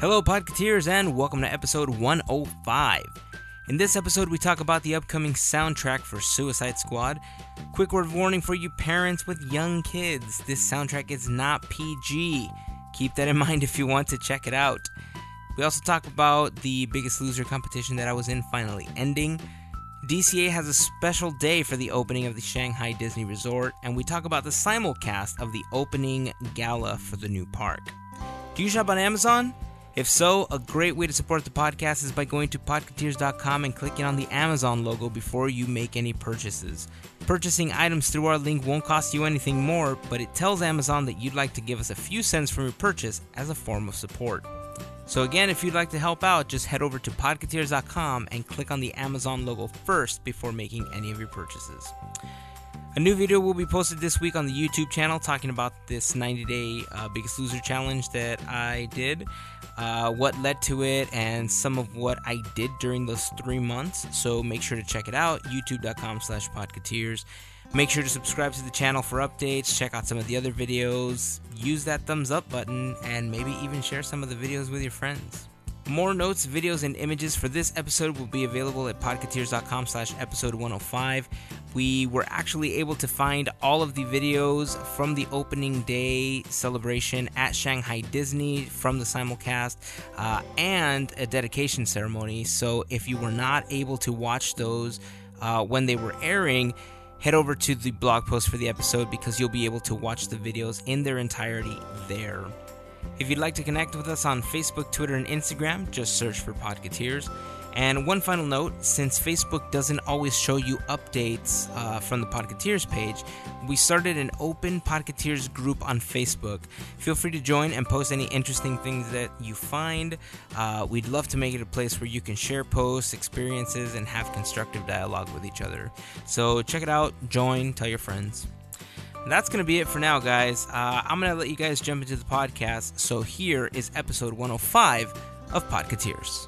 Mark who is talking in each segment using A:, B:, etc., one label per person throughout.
A: Hello, Podcateers, and welcome to episode 105. In this episode, we talk about the upcoming soundtrack for Suicide Squad. Quick word of warning for you parents with young kids this soundtrack is not PG. Keep that in mind if you want to check it out. We also talk about the Biggest Loser competition that I was in finally ending. DCA has a special day for the opening of the Shanghai Disney Resort, and we talk about the simulcast of the opening gala for the new park. Do you shop on Amazon? If so, a great way to support the podcast is by going to podcateers.com and clicking on the Amazon logo before you make any purchases. Purchasing items through our link won't cost you anything more, but it tells Amazon that you'd like to give us a few cents from your purchase as a form of support. So again, if you'd like to help out, just head over to podcateers.com and click on the Amazon logo first before making any of your purchases. A new video will be posted this week on the YouTube channel talking about this 90 day uh, Biggest Loser challenge that I did, uh, what led to it, and some of what I did during those three months. So make sure to check it out youtube.com slash podcateers. Make sure to subscribe to the channel for updates, check out some of the other videos, use that thumbs up button, and maybe even share some of the videos with your friends. More notes, videos, and images for this episode will be available at podcateers.com slash episode 105. We were actually able to find all of the videos from the opening day celebration at Shanghai Disney from the simulcast uh, and a dedication ceremony. So if you were not able to watch those uh, when they were airing, head over to the blog post for the episode because you'll be able to watch the videos in their entirety there. If you'd like to connect with us on Facebook, Twitter, and Instagram, just search for Podcateers. And one final note since Facebook doesn't always show you updates uh, from the Podcateers page, we started an open Podcateers group on Facebook. Feel free to join and post any interesting things that you find. Uh, we'd love to make it a place where you can share posts, experiences, and have constructive dialogue with each other. So check it out, join, tell your friends. That's going to be it for now, guys. Uh, I'm going to let you guys jump into the podcast. So here is episode 105 of Podcateers.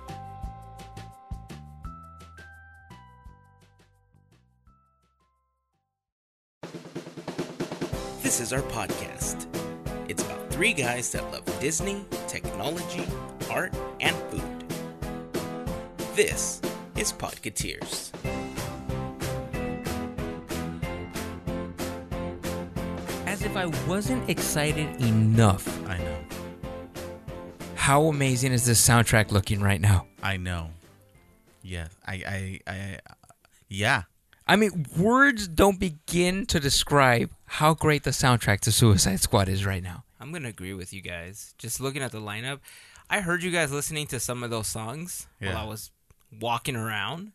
A: This is our podcast. It's about three guys that love Disney, technology, art, and food. This is Podcateers.
B: As if I wasn't excited enough.
C: I know.
B: How amazing is this soundtrack looking right now?
C: I know. Yes. I, I, I, yeah.
B: I mean, words don't begin to describe how great the soundtrack to Suicide Squad is right now.
A: I'm gonna agree with you guys. Just looking at the lineup, I heard you guys listening to some of those songs
C: Yeah.
A: while I was walking around,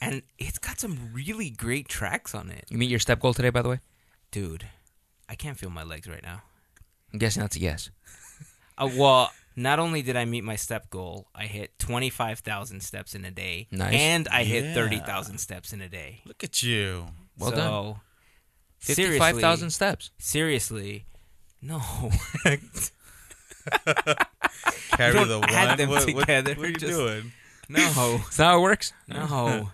A: and it's got some really great tracks on it,
B: You meet your step goal today, by the way?
A: dude. I can't feel my legs right now.
B: I'm guessing that's a yes.
A: Uh, well, not only did I meet my step goal, I hit twenty five thousand steps in a day,
B: Nice.
A: and I hit
C: Yeah.
A: thirty thousand steps in a day.
C: Look at you.
B: Well
A: so,
B: done.
A: seriously-
B: 55,000 steps.
A: Seriously, no.
C: Carry
A: don't
C: the one.
A: add them
C: what, what-
A: together,
C: What, are you
A: just-
C: doing?
A: No,
B: Is that how it works?
A: no,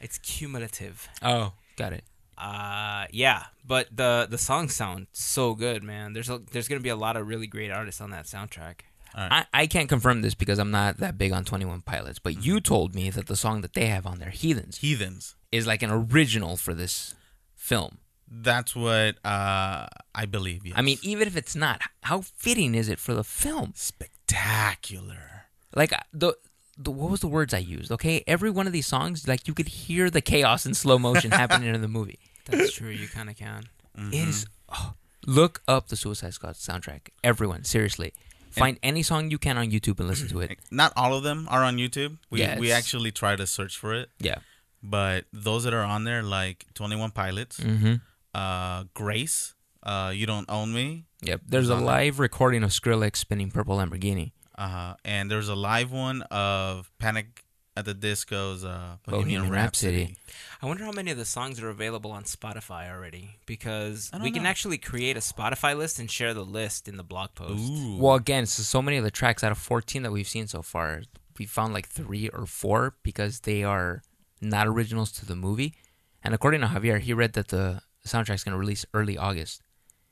A: it's cumulative.
B: Oh, got it.
A: Uh, yeah, but the the songs sound so good, man. There's a, there's gonna be a lot of really great artists on that soundtrack.
B: I, I can't confirm this because I'm not that big on 21 Pilots, but you told me that the song that they have on there, Heathens,
C: Heathens.
B: is like an original for this film.
C: That's what uh, I believe. Yes.
B: I mean, even if it's not, how fitting is it for the film?
C: spectacular.
B: Like uh, the the what was the words I used? Okay, every one of these songs, like you could hear the chaos in slow motion happening in the movie.
A: That's true. You kind of can.
B: It is. Oh, look up the Suicide Squad soundtrack. Everyone, seriously, find any song you can on YouTube and listen to it.
C: Not all of them are on YouTube. We
B: Yeah,
C: we
B: it's-
C: actually try to search for it,
B: Yeah.
C: but those that are on there, like Twenty One Pilots,
A: Mm.
B: Mm-hmm.
C: uh, Grace, uh, You Don't Own Me,
B: Yep. There's a live recording of Skrillex spinning "Purple Lamborghini."
C: uh, and there's a live one of Panic at the Disco's uh, Bohemian,
B: Bohemian Rhapsody.
C: Rhapsody.
A: I wonder how many of the songs are available on Spotify already because
C: I don't
A: we can
C: know.
A: actually create a Spotify list and share the list in the blog post.
C: Ooh.
B: Well, again, so, so many of the tracks out of 14 that we've seen so far, we found like three or four because they are not originals to the movie. And according to Javier, he read that the soundtrack's going to release early August.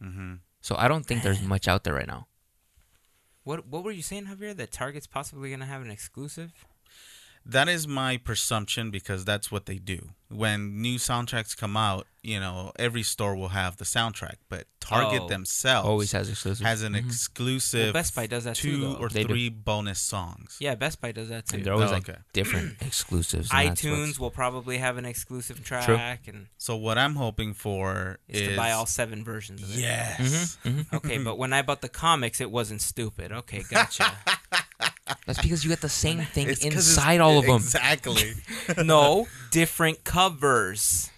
C: mm-hmm.
B: So I don't think there's much out there right now.
A: What what were you saying, Javier? That Target's possibly gonna have an exclusive?
C: That is my presumption because that's what they do. When new soundtracks come out, you know, every store will have the soundtrack, but Target
A: Oh.
C: themselves
B: Always has exclusive.
C: has an
B: Mhm.
C: exclusive
A: Well, Best Buy does that too,
C: two
A: though.
C: or
B: They do.
C: three bonus songs.
A: Yeah, Best Buy does that too.
B: and they're always
C: Oh,
B: like
C: okay.
B: different exclusives. and that's
A: iTunes
B: what's-
A: will probably have an exclusive track, and
C: So what I'm hoping for
A: is,
C: is
A: to buy all seven versions of it.
C: Yes.
B: Mhm, mhm.
A: Okay, but when I bought the comics, it wasn't stupid. Okay, gotcha.
B: That's because you get the same thing
C: 'cause
B: inside all of them.
C: Exactly.
A: no, different covers.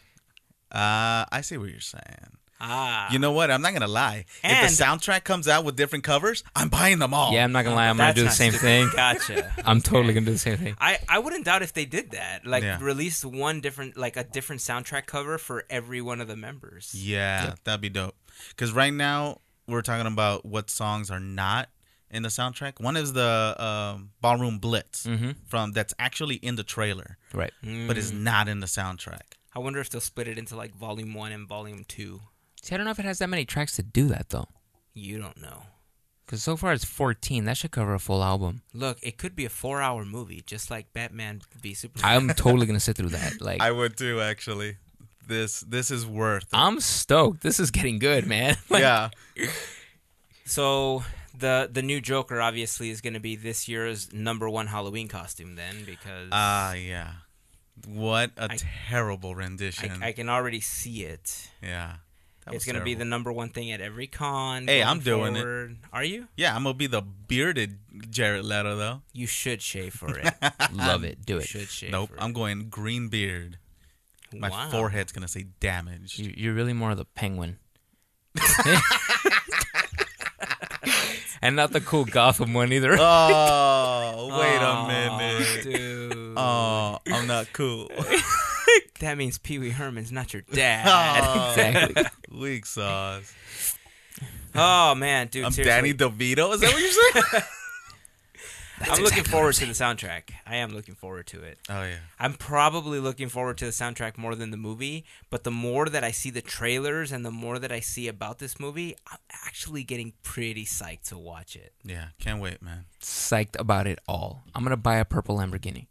C: uh, I see what you're saying.
A: Ah,
C: You know what? I'm not gonna lie.
A: And-
C: if the soundtrack comes out with different covers, I'm buying them all.
B: Yeah, I'm not gonna lie. I'm gonna
A: that's
B: do the
A: not
B: same
A: stupid.
B: thing.
A: Gotcha.
B: I'm totally gonna do the same thing.
A: I, I wouldn't doubt if they did that. Like
C: Yeah.
A: release one different like a different soundtrack cover for every one of the members.
C: Yeah, that'd be dope. Because right now we're talking about what songs are not in the soundtrack. One is the um, Ballroom Blitz
B: Mhm.
C: from that's actually in the trailer,
B: Right.
C: but is not in the soundtrack.
A: I wonder if they'll split it into like volume one and volume two.
B: See, I don't know if it has that many tracks to do that though.
A: You don't know.
B: Because so far it's 14. That should cover a full album.
A: Look, it could be a four hour movie, just like Batman v Superman.
B: I'm totally gonna sit through that. Like,
C: I would too, actually. This this is worth.
B: I'm stoked. This is getting good, man. Like,
C: yeah.
A: so the the new Joker obviously is gonna be this year's number one Halloween costume then because
C: Ah, yeah. What a
A: I-
C: terrible rendition.
A: I, I can already see it.
C: yeah. That
A: it's
C: was
A: gonna be the
C: terrible.
A: number one thing at every con.
C: Hey,
A: going
C: I'm doing it.
A: forward. Are you?
C: Yeah, I'm gonna be the bearded Jared Leto though.
A: You should shave for it.
B: love it. Do
A: you
B: it.
A: should shave.
C: nope,
A: for it.
C: I'm going green beard. My
A: Wow.
C: forehead's gonna say damaged.
B: You, you're really more of the penguin. and not the cool Gotham one either.
C: oh, wait
A: Aw,
C: a minute.
A: dude.
C: Oh, I'm not cool.
A: That means Pee Wee Herman's not your dad.
C: Oh,
B: Exactly.
C: Weak sauce.
A: oh man, dude.
C: I'm
A: seriously.
C: Danny DeVito. Is that what you're saying?
A: I'm looking forward to the soundtrack. I am looking forward to it.
C: oh yeah.
A: I'm probably looking forward to the soundtrack more than the movie, but the more that I see the trailers and the more that I see about this movie, I'm actually getting pretty psyched to watch it.
C: Yeah. Can't wait, man.
B: Psyched about it all. I'm gonna buy a purple Lamborghini.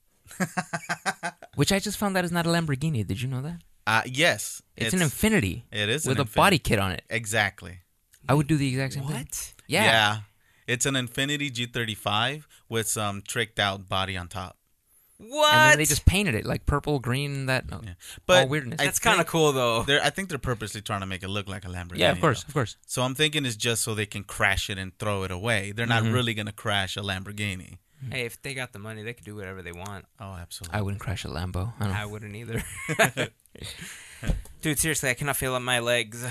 B: Which I just found out is not a Lamborghini. Did you know that?
C: Uh yes.
B: It's, an infinity.
C: It is
B: with
C: an
B: a
C: Infiniti.
B: body kit on it.
C: Exactly.
B: I would do the exact same thing.
A: What?
B: Yeah.
C: It's an Infinity G35 with some tricked out body on top.
A: What?
B: And then they just painted it like purple, green, that no,
C: Yeah.
B: but
C: But
B: all weirdness.
C: I
A: That's kind of
C: think-
A: cool though.
C: They're, I think they're purposely trying to make it look like a Lamborghini.
B: yeah, of course,
C: though.
B: of course.
C: So I'm thinking it's just so they can crash it and throw it away. They're
B: Mm-hmm.
C: not really going to crash a Lamborghini.
A: Hey, if they got the money, they could do whatever they want.
C: Oh, absolutely.
B: I wouldn't crash a Lambo. I don't
A: I wouldn't either. Dude, seriously, I cannot feel up my legs.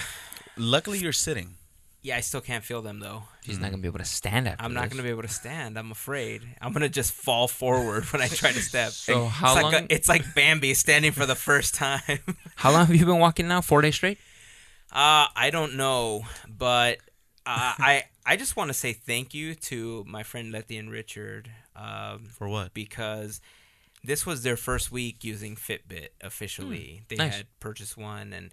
C: Luckily, you're sitting.
A: Yeah, I still can't feel them though.
B: She's not gonna be able to stand after
A: mm. I'm not going to be able to stand. I'm afraid. I'm going to just fall forward when I try to step.
B: So
A: it's
B: how
A: like
B: long-
A: A, it's like Bambi standing for the first time.
B: How long have you been walking now? Four days straight.
A: Uh, I don't know, but uh, I I just want to say thank you to my friend Letty and Richard um,
C: For what?
A: because this was their first week using Fitbit
C: Hmm.
A: officially. they
B: nice.
A: had purchased one, and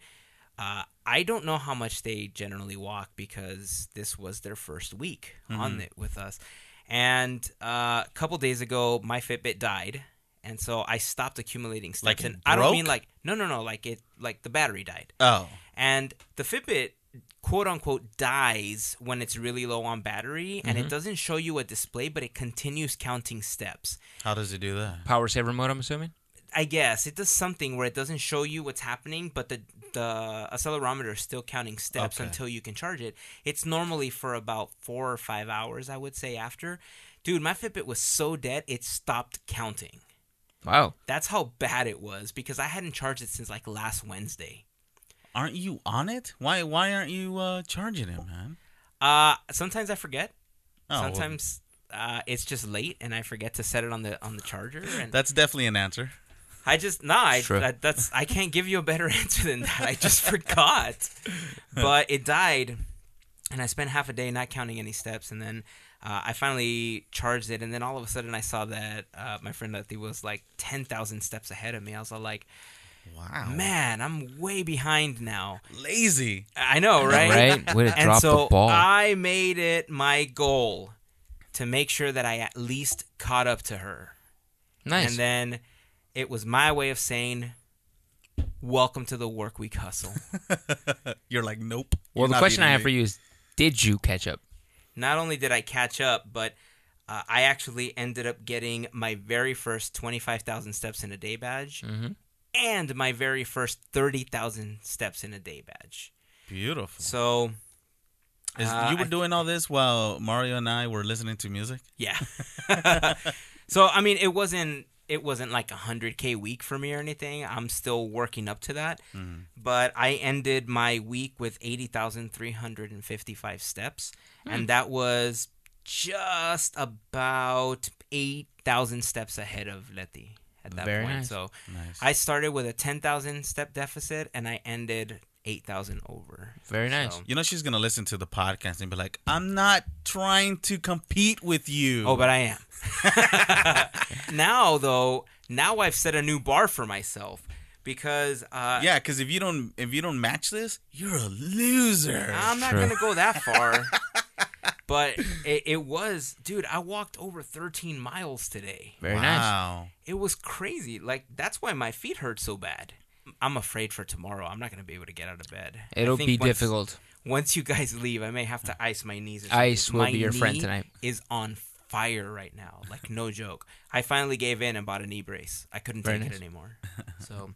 A: uh, I don't know how much they generally walk because this was their first week
C: Mm-hmm.
A: on it with us. And uh, a couple days ago, my Fitbit died, and so I stopped accumulating steps.
C: Like it
A: and I don't
C: broke?
A: mean like no, no, no, like it, like the battery died.
C: Oh,
A: And the Fitbit, quote unquote, dies when it's really low on battery and
C: Mm-hmm.
A: it doesn't show you a display, but it continues counting steps.
C: how does it do that?
B: Power saver mode. I'm assuming.
A: I guess it does something where it doesn't show you what's happening, but the the accelerometer is still counting steps
C: Okay.
A: until you can charge it. It's normally for about four or five hours, I would say. After, dude, my Fitbit was so dead it stopped counting.
B: Wow.
A: That's how bad it was because I hadn't charged it since like last Wednesday.
C: Aren't you on it? Why Why aren't you uh, charging it, man?
A: Uh, sometimes I forget.
C: Oh, well,
A: Sometimes uh, it's just late and I forget to set it on the on the charger. And
C: that's definitely an answer.
A: I just nah, I,
B: Sure.
A: that- that's I can't give you a better answer than that. I just forgot, but it died, and I spent half a day not counting any steps, and then. Uh, I finally charged it, and then all of a sudden I saw that uh, my friend Letty was like ten thousand steps ahead of me. I was all like, Oh.
C: Wow.
A: "Man, I'm way behind now."
C: Lazy.
A: I know, right?
B: Right. Way to
A: and ah,
B: drop
A: so
B: the ball.
A: I made it my goal to make sure that I at least caught up to her.
B: Nice.
A: And then it was my way of saying, "Welcome to the work week hustle."
C: You're like, nope.
B: well,
C: you're
B: the
C: not
B: question I
C: beating
B: have
C: me.
B: for you is, did you catch up?
A: Not only did I catch up, but uh, I actually ended up getting my very first twenty-five thousand steps in a day badge,
B: Mhm.
A: and my very first thirty thousand steps in a day badge.
C: Beautiful.
A: So,
C: Is,
A: uh,
C: you were
A: I-
C: doing all this while Mario and I were listening to music.
A: Yeah. so I mean, it wasn't it wasn't like a hundred k week for me or anything. I'm still working up to that,
B: Mm-hmm.
A: but I ended my week with eighty thousand three hundred and fifty five steps,
B: Hmm.
A: and that was just about eight thousand steps ahead of Letty at that
B: Very
A: point.
B: nice.
A: So
C: Nice.
A: I started with a ten thousand step deficit, and I ended eight thousand over.
B: Very nice.
A: So-
C: you know she's gonna listen to the podcast and be like, "I'm not trying to compete with you."
A: Oh, but I am. now, though, now I've set a new bar for myself because uh,
C: yeah, because if you don't if you don't match this, you're a loser.
A: I'm not
B: True.
A: going to go that far. but it, it was, dude, I walked over 13 miles today.
B: Very nice.
C: wow.
A: It was crazy. Like, that's why my feet hurt so bad. I'm afraid for tomorrow. I'm not going to be able to get out of bed. I
B: It'll
A: think
B: be
A: once-
B: difficult.
A: Once you guys leave, I may have to ice my knees. Or something.
B: Ice will
A: My
B: be your friend
A: knee
B: tonight.
A: Is on fire right now, like no joke. I finally gave in and bought a knee brace. I couldn't
B: Very
A: take
B: nice.
A: it anymore.
B: So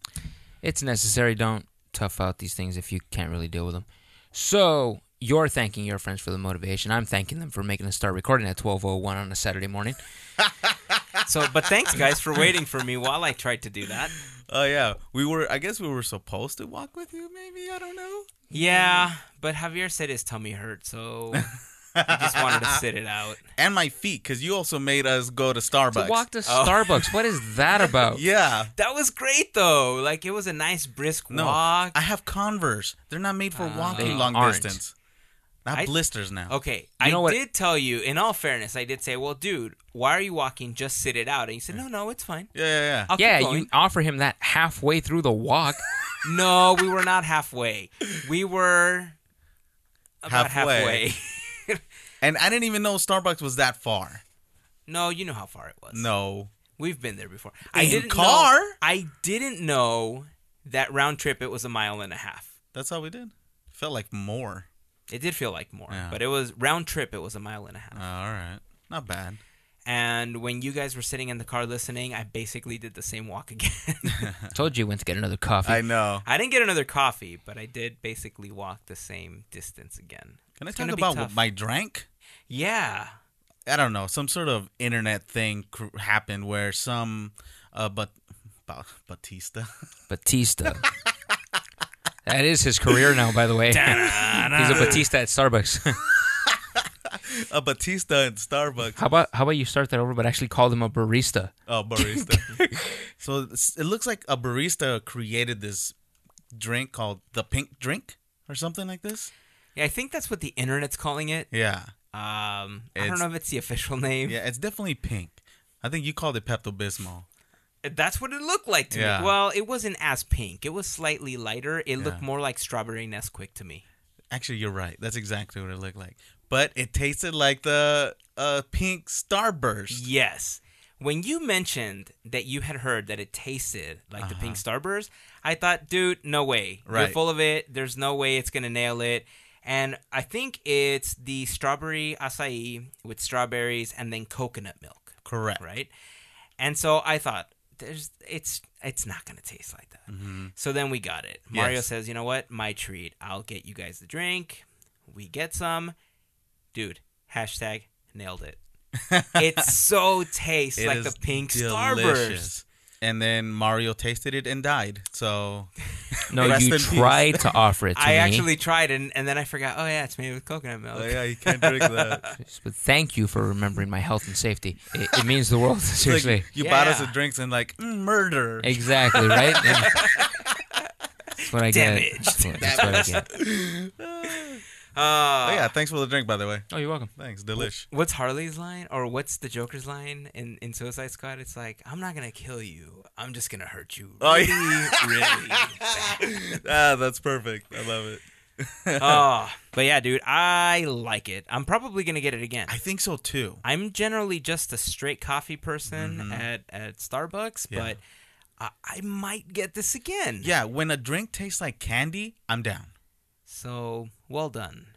B: it's necessary. Don't tough out these things if you can't really deal with them. So you're thanking your friends for the motivation. I'm thanking them for making us start recording at 12:01 on a Saturday morning.
A: So, but thanks guys for waiting for me while I tried to do that.
C: Oh yeah, we were. I guess we were supposed to walk with you. Maybe I don't know.
A: Yeah, but Javier said his tummy hurt, so I just wanted to sit it out.
C: And my feet, because you also made us go to Starbucks.
B: To walk to
A: Oh.
B: Starbucks. What is that about?
C: yeah.
A: That was great though. Like it was a nice brisk
C: No,
A: walk.
C: I have Converse. They're not made for
B: They
C: walking long
B: aren't.
C: distance. Not
A: Uh, I-
C: blisters now.
A: Okay,
B: know
A: I
B: what-
A: did tell you. In all fairness, I did say, "Well, dude, why are you walking? Just sit it out." And you said, "No, no, it's fine."
C: Yeah, yeah, yeah.
A: I'll keep
B: Yeah,
A: going."
B: you offer him that halfway through the walk.
A: No, we were not halfway. We were about halfway.
C: Halfway. And I didn't even know Starbucks was that far.
A: no, you know how far it was.
C: No.
A: We've been there before.
C: In
A: I didn't
C: car?
A: Know, I didn't know that round trip it was a mile and a half.
C: That's how we did. Felt like more.
A: It did feel like more,
C: Yeah.
A: but it was round trip it was a mile and a half.
C: Oh, all right. Not bad.
A: And when you guys were sitting in the car listening, I basically did the same walk again.
B: Told you when to get another coffee.
C: know.
A: I didn't get another coffee, but I did basically walk the same distance again.
C: Can I
A: It's
C: talk
A: gonna be
C: about
A: tough.
C: what my drink?
A: Yeah.
C: I don't know. Some sort of internet thing cr- happened where some, uh, but, ba- Batista.
B: Batista. that is his career now, by the way. He's a Batista at Starbucks.
C: a Batista in Starbucks.
B: how about how about you start that over, but actually call him a barista?
C: Oh, barista. so it's- it looks like a barista created this drink called the pink drink or something like this.
A: Yeah, I think that's what the internet's calling it.
C: Yeah.
A: Um, I don't
C: It's-
A: know if it's the official name.
C: Yeah, it's definitely pink. I think you called it Pepto Bismol.
A: That's what it looked like to
C: Yeah.
A: me. Well, it wasn't as pink. It was slightly lighter. It looked
C: Yeah.
A: more like strawberry Nesquik to me.
C: Actually, you're right. That's exactly what it looked like. But it tasted like the uh, pink Starburst.
A: Yes. When you mentioned that you had heard that it tasted like the pink starburst, I thought, dude, no way. You're
C: Uh-huh. Right.
A: full of it. There's no way it's going to nail it. And I think it's the strawberry acai with strawberries and then coconut milk,
C: Correct.
A: right? And so I thought, there's it's it's not going to taste like that. So then we got it. Mario
C: Mm-hmm. Yes.
A: says, "You know what? My treat. I'll get you guys the drink. We get some, dude. Hashtag nailed it. It so tastes
C: It
A: like the
C: is
A: pink Starburst.
C: delicious. And then Mario tasted it and died. So
B: No,
C: Rest
B: you
C: in peace.
B: tried to offer it to
A: I
B: me.
A: actually tried and and then I forgot. Oh yeah, it's made with coconut milk.
C: Oh, yeah, you can't drink that.
B: But thank you for remembering my health and safety. It, it means the world,
C: It's
B: seriously.
C: like you bought us
A: Yeah.
C: the drinks and like mm, murder.
B: exactly, right? Yeah. That's what I get.
A: Damaged.
B: That's what, that's what I get.
A: Uh,
C: Oh yeah, thanks for the drink by the way.
B: Oh, you're welcome.
C: Thanks, delish.
A: What's Harley's line or what's the Joker's line in, in Suicide Squad? It's like, I'm not going to kill you. I'm just going to hurt you.
C: Oh,
A: Really, really.
C: ah, that's perfect. I love it.
A: oh, but yeah, dude, I like it. I'm probably gonna get it again.
C: I think so too.
A: I'm generally just a straight coffee person at at Starbucks,
C: Mm-hmm. Yeah.
A: but I, I might get this again.
C: Yeah, when a drink tastes like candy, I'm down.
A: So well done,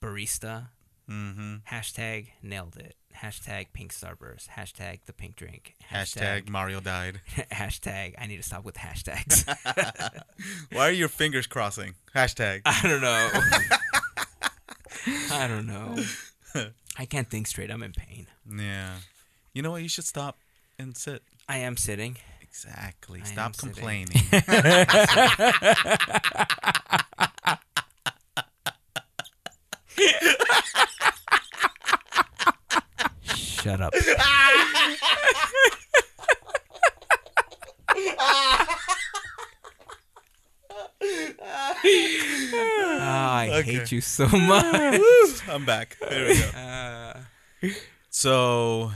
A: barista.
C: Mm-hmm.
A: Hashtag nailed it. Hashtag pink starburst. Hashtag the pink drink.
C: Hashtag Mario died.
A: hashtag I need to stop with hashtags.
C: Why are your fingers crossing? Ah. Hashtag.
A: I don't know. I don't know. I can't think straight. I'm in pain.
C: Yeah. You know what? You should stop and sit.
A: I am sitting.
C: Exactly.
A: I am
C: Stop
A: sitting.
C: complaining.
A: Shut up. Ah, I
C: Okay.
A: hate you so much.
C: I'm back. There we go.
A: Uh.
C: So,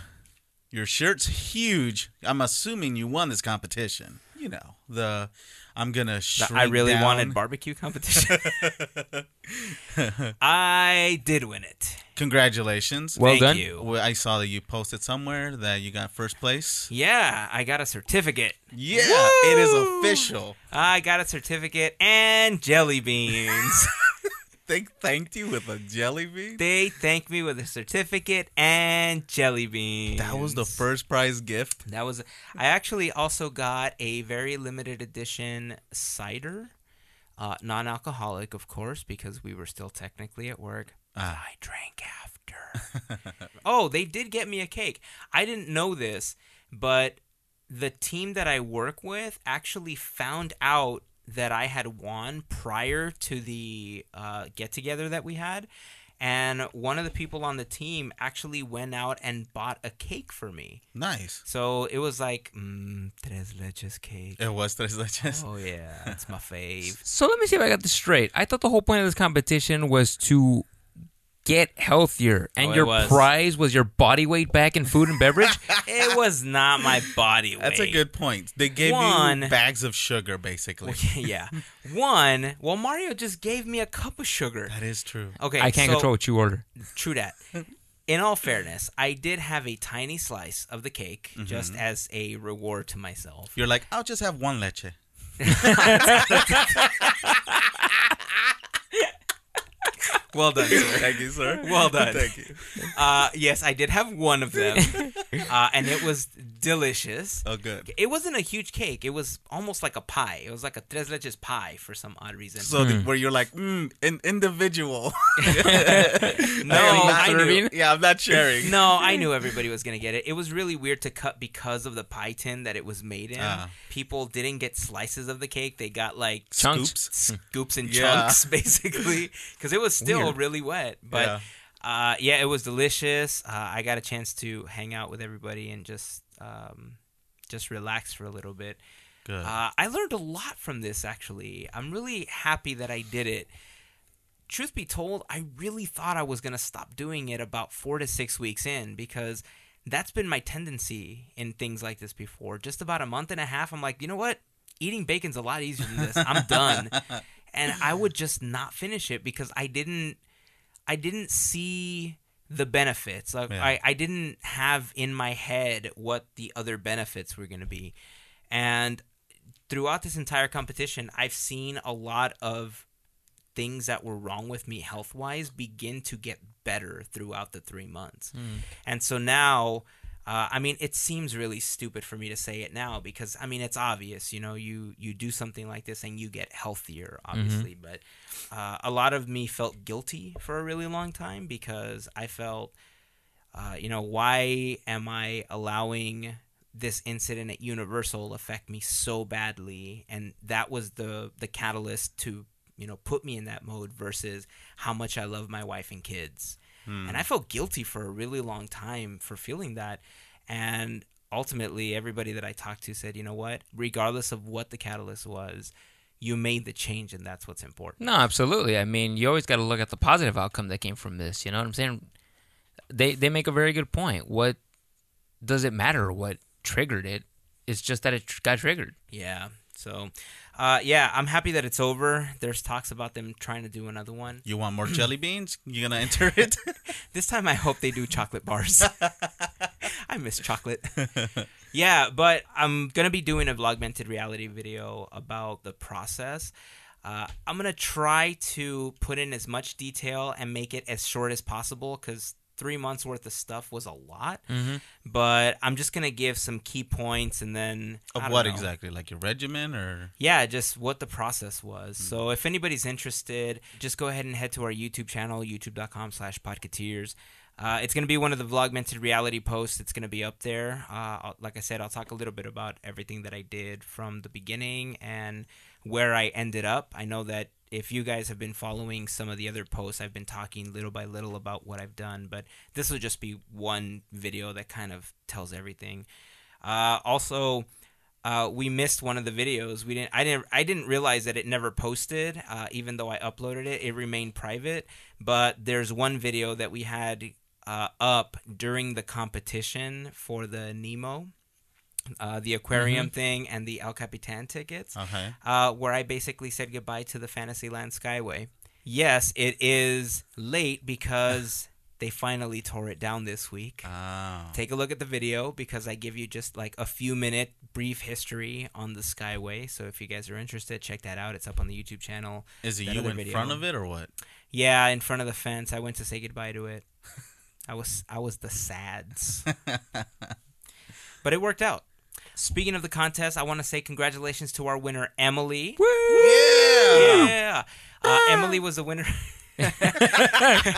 C: your shirt's huge. I'm assuming you won this competition. You know the. I'm gonna.
A: The
C: Shrink
A: I really
C: down.
A: wanted barbecue competition. I did win it.
C: Congratulations.
B: Well
A: Thank
B: done.
A: you.
C: Well, I saw that you posted somewhere that you got first place.
A: Yeah, I got a certificate.
C: Yeah, it is official.
A: I got a certificate and jelly beans.
C: They thanked you with a jelly bean.
A: they thanked me with a certificate and jelly beans.
C: That was the first prize gift.
A: That was. I actually also got a very limited edition cider, uh, non-alcoholic, of course, because we were still technically at work.
C: Ah.
A: I drank after. oh, they did get me a cake. I didn't know this, but the team that I work with actually found out that I had won prior to the uh, get together that we had. And one of the people on the team actually went out and bought a cake for me.
C: Nice.
A: So it was like mm, tres leches cake.
C: It was tres leches.
A: Oh yeah, that's my fave.
B: So let me see if I got this straight. I thought the whole point of this competition was to get healthier, and
A: Oh, it
B: your
A: was.
B: prize was your body weight back in food and beverage.
A: It was not my body weight.
C: That's a good point. They gave
A: One.
C: you bags of sugar, basically.
A: yeah. One. Well, Mario just gave me a cup of sugar.
C: That is true.
A: Okay,
B: I can't
A: so-
B: control what you order.
A: True that. In all fairness, I did have a tiny slice of the cake
C: Mm-hmm.
A: just as a reward to myself.
C: You're like, I'll just have one leche.
A: Well done.
C: Thank you, sir.
A: Well done.
C: Thank you.
A: uh, yes, I did have one of them, uh, and it was delicious.
C: Oh, good.
A: It wasn't a huge cake. It was almost like a pie. It was like a tres leches pie for some odd reason.
C: So the- where you're like, mm, an individual.
A: no,
B: I'm not
A: I knew,
B: serving.
C: yeah, I'm not sharing.
A: no, I knew everybody was gonna get it. It was really weird to cut because of the pie tin that it was made in.
C: Ah.
A: People didn't get slices of the cake. They got like
B: Chunks.
C: Scoops.
A: scoops and
C: Yeah.
A: chunks, basically, because it was still
B: Weird.
A: really wet. But
C: Yeah.
A: Uh, yeah, it was delicious. Uh, I got a chance to hang out with everybody and just um, just relax for a little bit.
C: Good.
A: Uh, I learned a lot from this, actually. I'm really happy that I did it. Truth be told, I really thought I was going to stop doing it about four to six weeks in because that's been my tendency in things like this before. Just about a month and a half, I'm like, you know what? Eating bacon's a lot easier than this. I'm done. and I would just not finish it because I didn't. I didn't see the benefits. Like,
C: Yeah.
A: I, I didn't have in my head what the other benefits were going to be. And throughout this entire competition, I've seen a lot of things that were wrong with me health wise begin to get better throughout the three months. And so now, uh, I mean, it seems really stupid for me to say it now because I mean it's obvious, you know, you you do something like this and you get healthier, obviously. But uh, a lot of me felt guilty for a really long time because I felt, uh, you know, why am I allowing this incident at Universal affect me so badly? And that was the the catalyst to you know put me in that mode versus how much I love my wife and kids. And I felt guilty for a really long time for feeling that. And ultimately, everybody that I talked to said, you know what, regardless of what the catalyst was, you made the change, and that's what's important.
B: No, absolutely. I mean, you always got to look at the positive outcome that came from this. You know what I'm saying? They they make a very good point. What does it matter? What triggered it? It's just that it tr- got triggered.
A: Yeah. So, uh, yeah, I'm happy that it's over. There's talks about them trying to do another one.
C: You want more jelly beans? You gonna enter it?
A: This time, I hope they do chocolate bars. I miss chocolate. yeah, but I'm gonna be doing a augmented reality video about the process. Uh, I'm gonna try to put in as much detail and make it as short as possible because three months worth of stuff was a lot.
C: Mm-hmm.
A: But I'm just gonna give some key points and then I
C: of
A: don't
C: what
A: know.
C: exactly? Like your regimen or
A: Yeah, just what the process was. So if anybody's interested, just go ahead and head to our YouTube channel, youtube.com slash podcateers. Uh, it's going to be one of the Vlogmented reality posts. It's going to be up there. Uh, I'll- like I said, I'll talk a little bit about everything that I did from the beginning and where I ended up. I know that if you guys have been following some of the other posts, I've been talking little by little about what I've done, but this will just be one video that kind of tells everything. Uh, also, uh, we missed one of the videos. We didn't. I didn't. I didn't realize that it never posted. Uh, even though I uploaded it, it remained private. But there's one video that we had uh, up during the competition for the Nemo, uh, the aquarium thing, and the El Capitan tickets
C: okay?
A: uh, where I basically said goodbye to the Fantasyland Skyway. Yes, it is late because they finally tore it down this week.
C: Oh.
A: Take a look at the video because I give you just like a few minute brief history on the Skyway. So if you guys are interested, check that out. It's up on the YouTube channel.
C: Is it
A: that
C: you
A: other
C: in
A: video.
C: front of it or what?
A: Yeah, in front of the fence. I went to say goodbye to it. I was I was the sads. but it worked out. Speaking of the contest, I want to say congratulations to our winner Emily.
C: Yeah.
A: Yeah. Uh, Emily was the winner.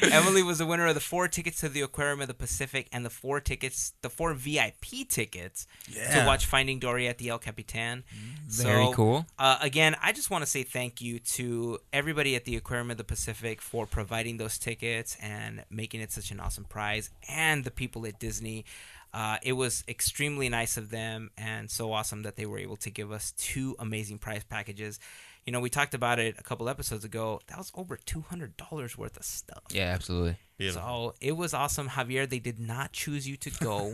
A: Emily was the winner of the four tickets to the Aquarium of the Pacific and the four tickets, the four VIP tickets
C: Yeah.
A: to watch Finding Dory at the El Capitan.
B: Very
A: So,
B: cool.
A: Uh, again, I just want to say thank you to everybody at the Aquarium of the Pacific for providing those tickets and making it such an awesome prize, and the people at Disney. Uh, it was extremely nice of them and so awesome that they were able to give us two amazing prize packages. You know, we talked about it a couple episodes ago. That was over $200 worth of stuff.
B: Yeah, absolutely.
A: So
C: Beautiful.
A: it was awesome, Javier. They did not choose you to go.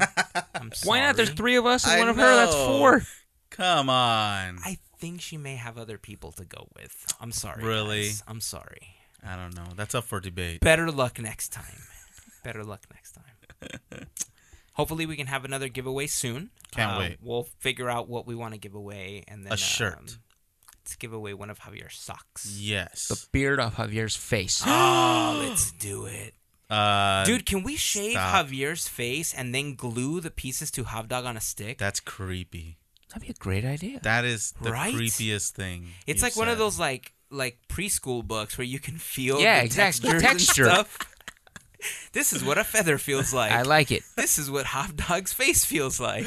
A: I'm sorry.
B: Why not? There's three of us and
C: I
B: one of her. That's
C: know.
B: four.
C: Come on. I,
A: I think she may have other people to go with. I'm sorry.
C: Really?
A: guys. I'm sorry.
C: don't know. That's up for debate.
A: Better luck next time. Better luck next time. Hopefully, we can have another giveaway soon.
C: Can't
A: Uh,
C: wait.
A: We'll figure out what we want to give away, and then
C: A shirt.
A: um, let's give away one of Javier's socks.
B: The
C: Yes.
B: beard off Javier's face.
A: Oh, let's do it,
C: Uh,
A: dude! Can we shave
C: stop.
A: Javier's face and then glue the pieces to Hotdog on a stick?
C: that's creepy.
B: That'd be a great idea.
C: That is the
A: Right?
C: creepiest thing.
A: It's
C: you've
A: like one of
C: said.
A: those like like preschool books where you can feel
B: Yeah,
A: the
B: exactly.
A: textures
B: Texture.
A: and stuff. this is what a feather feels like.
B: I like it.
A: this is what Hop Dog's face feels like.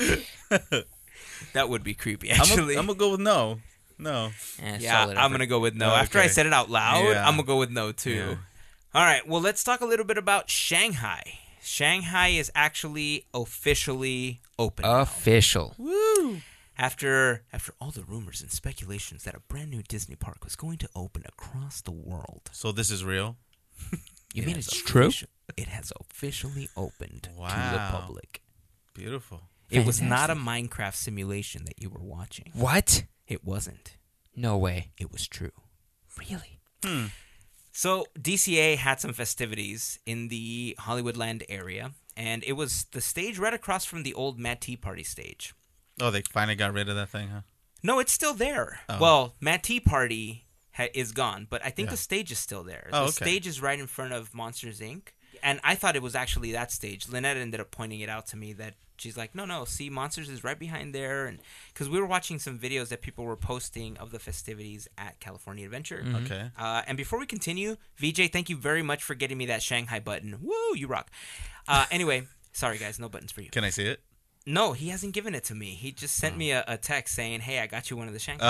A: that would be creepy.
C: I'm
A: Actually,
C: gonna I'm gonna go with no. No.
B: Eh,
A: yeah,
B: solid
A: I'm
B: effort.
A: gonna go with no.
C: Okay.
A: After I said it out loud,
C: Yeah.
A: I'm gonna go with no too.
C: Yeah.
A: All right. Well, let's talk a little bit about Shanghai. Shanghai is actually officially open.
B: official.
A: after after all the rumors and speculations that a brand new Disney park was going to open across the world.
C: So this is real.
B: You
A: It
B: mean
A: has
B: it's true?
A: offici- It has officially opened to the
C: Wow.
A: public.
C: Beautiful.
A: It was not a Minecraft simulation that you were watching.
B: What?
A: It wasn't.
B: No way.
A: It was true.
B: Really?
A: Hmm. So DCA had some festivities in the Hollywoodland area, and it was the stage right across from the old Mad Tea Party stage.
C: Oh, they finally got rid of that thing, huh?
A: No, it's still there.
C: Oh.
A: Well, Mad Tea Party ha- is gone, but I think
C: Yeah.
A: the stage is still there.
C: Oh,
A: the
C: okay.
A: stage is right in front of Monsters Inc. And I thought it was actually that stage. Lynette ended up pointing it out to me that she's like, "No, no, see, Monsters is right behind there." And because we were watching some videos that people were posting of the festivities at California Adventure.
C: Okay.
A: Uh, and before we continue, VJ, thank you very much for getting me that Shanghai button. Woo, you rock. Uh, anyway, sorry guys, no buttons for you.
C: Can I see it?
A: No, he hasn't given it to me. He just sent me a, a text saying, "Hey, I got you one of the Shanghai."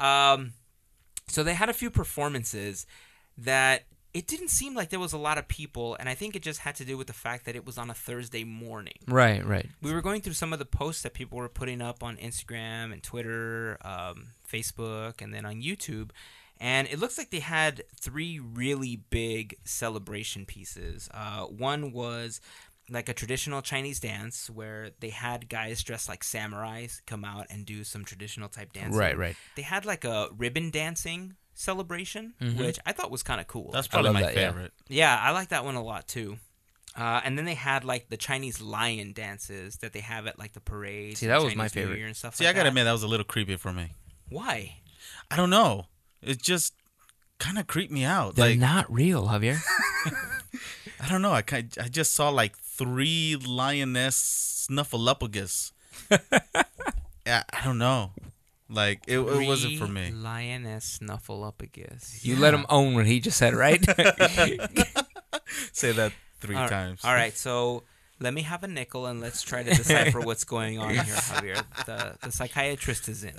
C: Oh.
A: Um, so they had a few performances that it didn't seem like there was a lot of people, and I think it just had to do with the fact that it was on a Thursday morning.
B: Right, right.
A: We were going through some of the posts that people were putting up on Instagram and Twitter, um, Facebook, and then on YouTube. And it looks like they had three really big celebration pieces. Uh, one was like a traditional Chinese dance where they had guys dressed like samurais come out and do some traditional type dancing.
B: Right, right.
A: They had like a ribbon dancing celebration,
B: Mhm.
A: which I thought was kind of cool.
C: That's probably
B: love
C: my
B: that, yeah.
C: favorite.
A: yeah, I like that one a lot too. Uh, and then they had like the Chinese lion dances that they have at like the parades.
B: See,
A: and
B: that was my
A: Chinese New
B: favorite.
A: Year and stuff
C: See,
A: like
C: I gotta
A: that.
C: admit that was a little creepy for me.
A: Why?
C: I don't know. It just kind of creeped me out.
B: They're
C: like
B: not real, Javier.
C: I don't know. I ki- I just saw like three lioness snuffleupagus. yeah, I don't know. Like it, it wasn't for
A: Three
C: me.
A: Lioness Snuffleupagus.
B: You let him own what he just said, right?
C: Say that three
A: All right-
C: times.
A: All right, so let me have a nickel and let's try to decipher what's going on here, Javier. The, the psychiatrist is in.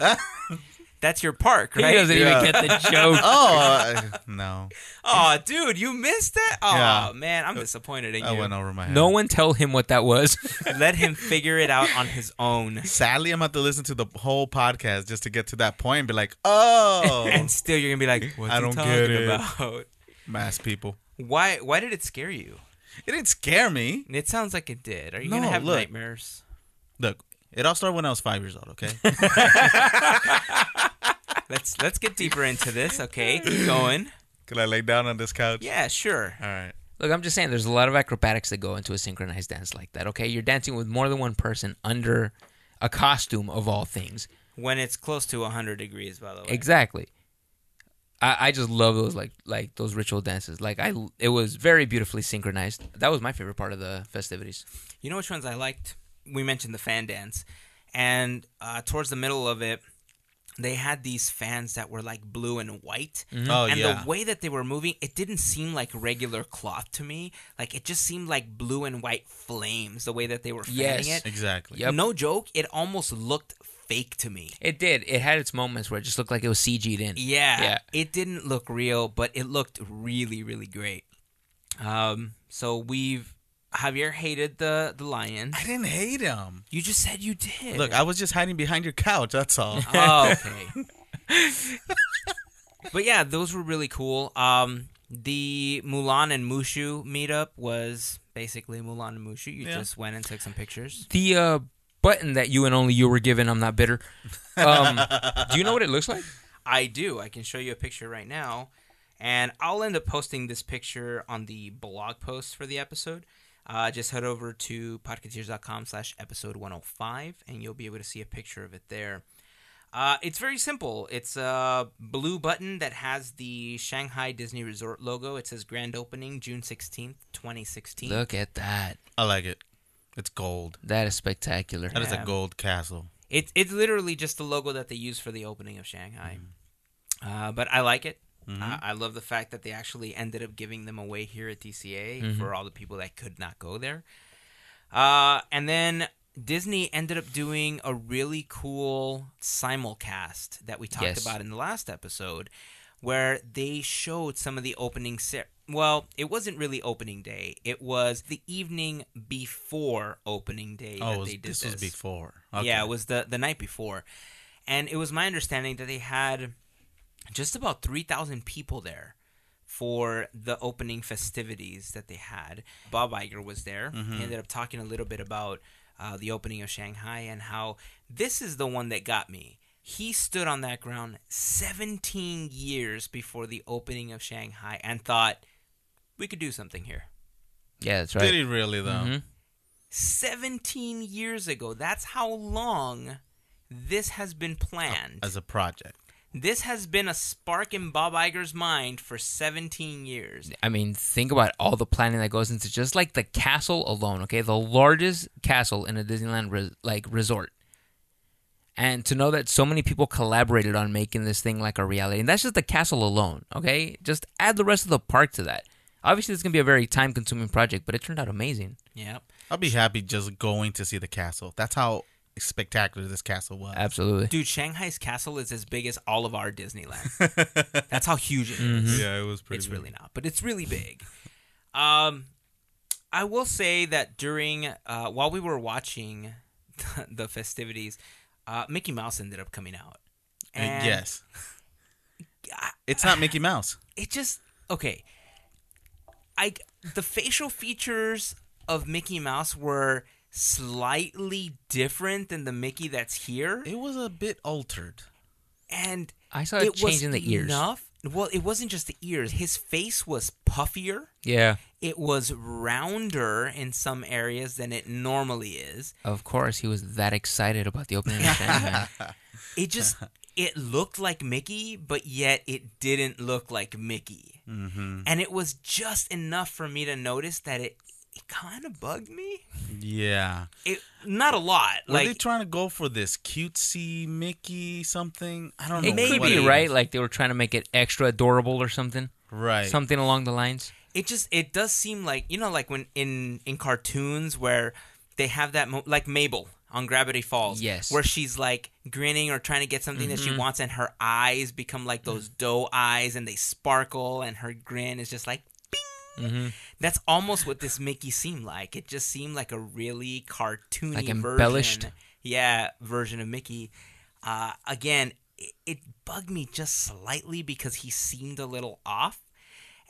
A: That's your park,
B: he
A: right?
B: doesn't
C: Yeah.
B: even get the joke.
C: Oh I- no,
A: Oh, dude, you missed it. Oh
C: Yeah.
A: man, I'm disappointed in
C: I went
A: you.
C: over my head.
B: No one tell him what that was.
A: Let him figure it out on his own
C: Sadly, I'm gonna have to listen to the whole podcast just to get to that point and be like, "Oh,
A: and still you're gonna be like, "What's
C: I
A: he
C: don't
A: talking
C: get it.
A: about?
C: mass people."
A: Why? Why did it scare you?
C: It didn't scare me.
A: It sounds like it did. Are you
C: No,
A: gonna have
C: look.
A: nightmares?
C: Look, it all started when I was five years old. Okay,
A: Let's let's get deeper into this. Okay, keep going.
C: could I lay down on this couch?
A: Yeah, sure.
C: All right.
B: Look, I'm just saying, there's a lot of acrobatics that go into a synchronized dance like that. Okay, you're dancing with more than one person under a costume of all things.
A: When it's close to 100 degrees, by the way.
B: Exactly. I, I just love those like like those ritual dances. Like I, it was very beautifully synchronized. That was my favorite part of the festivities.
A: You know which ones I liked? We mentioned the fan dance, and uh, towards the middle of it, they had these fans that were like blue and white.
C: Oh
A: Mm. and
C: yeah.
A: the way that they were moving, it didn't seem like regular cloth to me. Like it just seemed like blue and white flames. The way that they were fanning
B: Yes.
A: it,
C: exactly.
B: Yeah. Yep.
A: no joke, it almost looked fake to me.
B: It did. It had its moments where it just looked like it was CG'd in.
A: Yeah,
B: Yeah.
A: it didn't look real, but it looked really, really great. Um, so we've Javier hated the the lion.
C: I didn't hate him.
A: You just said you did.
C: Look, I was just hiding behind your couch. That's all.
A: Oh, okay. but yeah, those were really cool. Um, the Mulan and Mushu meetup was basically Mulan and Mushu. You
C: Yeah.
A: just went and took some pictures.
B: The uh, button that you and only you were given. I'm not bitter. Um, do you know what it looks like?
A: I do. I can show you a picture right now, and I'll end up posting this picture on the blog post for the episode. Uh, just head over to podcasteers.com slash episode 105, and you'll be able to see a picture of it there. Uh, it's very simple. It's a blue button that has the Shanghai Disney Resort logo. It says grand opening June 16th, 2016.
B: Look at that.
C: I like it. It's gold.
B: That is spectacular.
C: That is
A: Yeah.
C: a gold castle.
A: It, it's literally just the logo that they use for the opening of Shanghai.
C: Mm-hmm.
A: Uh, but I like it. I, I love the fact that they actually ended up giving them away here at DCA
C: Mm-hmm.
A: for all the people that could not go there. Uh, and then Disney ended up doing a really cool simulcast that we talked
B: Yes.
A: about in the last episode, where they showed some of the opening. Cer- well, it wasn't really opening day. It was the evening before opening day
C: Oh,
A: that
C: it was-
A: they did
C: this was before.
A: yeah,
C: Okay.
A: it was the the night before, and it was my understanding that they had just about three thousand people there for the opening festivities that they had. Bob Iger was there. He ended up talking a little bit about uh, the opening of Shanghai and how this is the one that got me. He stood on that ground 17 years before the opening of Shanghai and thought we could do something here.
B: Yeah, that's
C: Did
B: right.
C: he really though?
A: Mm-hmm.
B: Mhm.
A: 17 years ago. That's how long this has been planned.
C: As a project.
A: This has been a spark in Bob Iger's mind for 17 years.
B: I mean, think about all the planning that goes into just like the castle alone. Okay, the largest castle in a Disneyland res- like resort, and to know that so many people collaborated on making this thing like a reality, and that's just the castle alone. Okay, just add the rest of the park to that. Obviously, it's gonna be a very time-consuming project, but it turned out amazing.
A: Yep.
C: I'll be happy just going to see the castle. That's how spectacular this castle was.
B: Absolutely.
A: Dude, Shanghai's castle is as big as all of our Disneyland. That's how huge it is.
C: Yeah, it was Mm-hmm. pretty.
A: it's really not, but it's really big. um, I will say that during uh, while we were watching the, the festivities, uh, Mickey Mouse ended up coming out. And
C: Uh, Eh, yes,
A: I-
C: it's not Mickey Mouse.
A: it just okay. I the facial features of Mickey Mouse were slightly different than the Mickey that's here,
C: It was a bit altered.
A: and
B: I saw a
A: it
B: change
A: was
B: in the ears.
A: Enough. Well, it wasn't just the ears. His face was puffier.
B: Yeah,
A: It was rounder in some areas than it normally is.
B: of course he was that excited about the opening of Shanghai.
A: It just it looked like Mickey, but yet it didn't look like Mickey.
C: Mm-hmm.
A: And it was just enough for me to notice that it it kind of bugged me.
C: Yeah.
A: It not a lot.
C: Were
A: like
C: they trying to go for this cutesy Mickey something? I don't know.
B: It could
C: what
B: be
C: is.
B: right, like they were trying to make it extra adorable or something,
C: Right.
B: something along the lines.
A: it just it does seem like you know like when in in cartoons where they have that mo- like Mabel on Gravity Falls
B: Yes. Mm-hmm.
A: where she's like grinning or trying to get something that she wants and her eyes become like those
B: Mm.
A: doe eyes and they sparkle and her grin is just like
B: hmm
A: that's almost what this Mickey seemed like it just seemed like a really cartoony
B: Like
A: version.
B: embellished?
A: yeah version of Mickey uh again it, it bugged me just slightly because he seemed a little off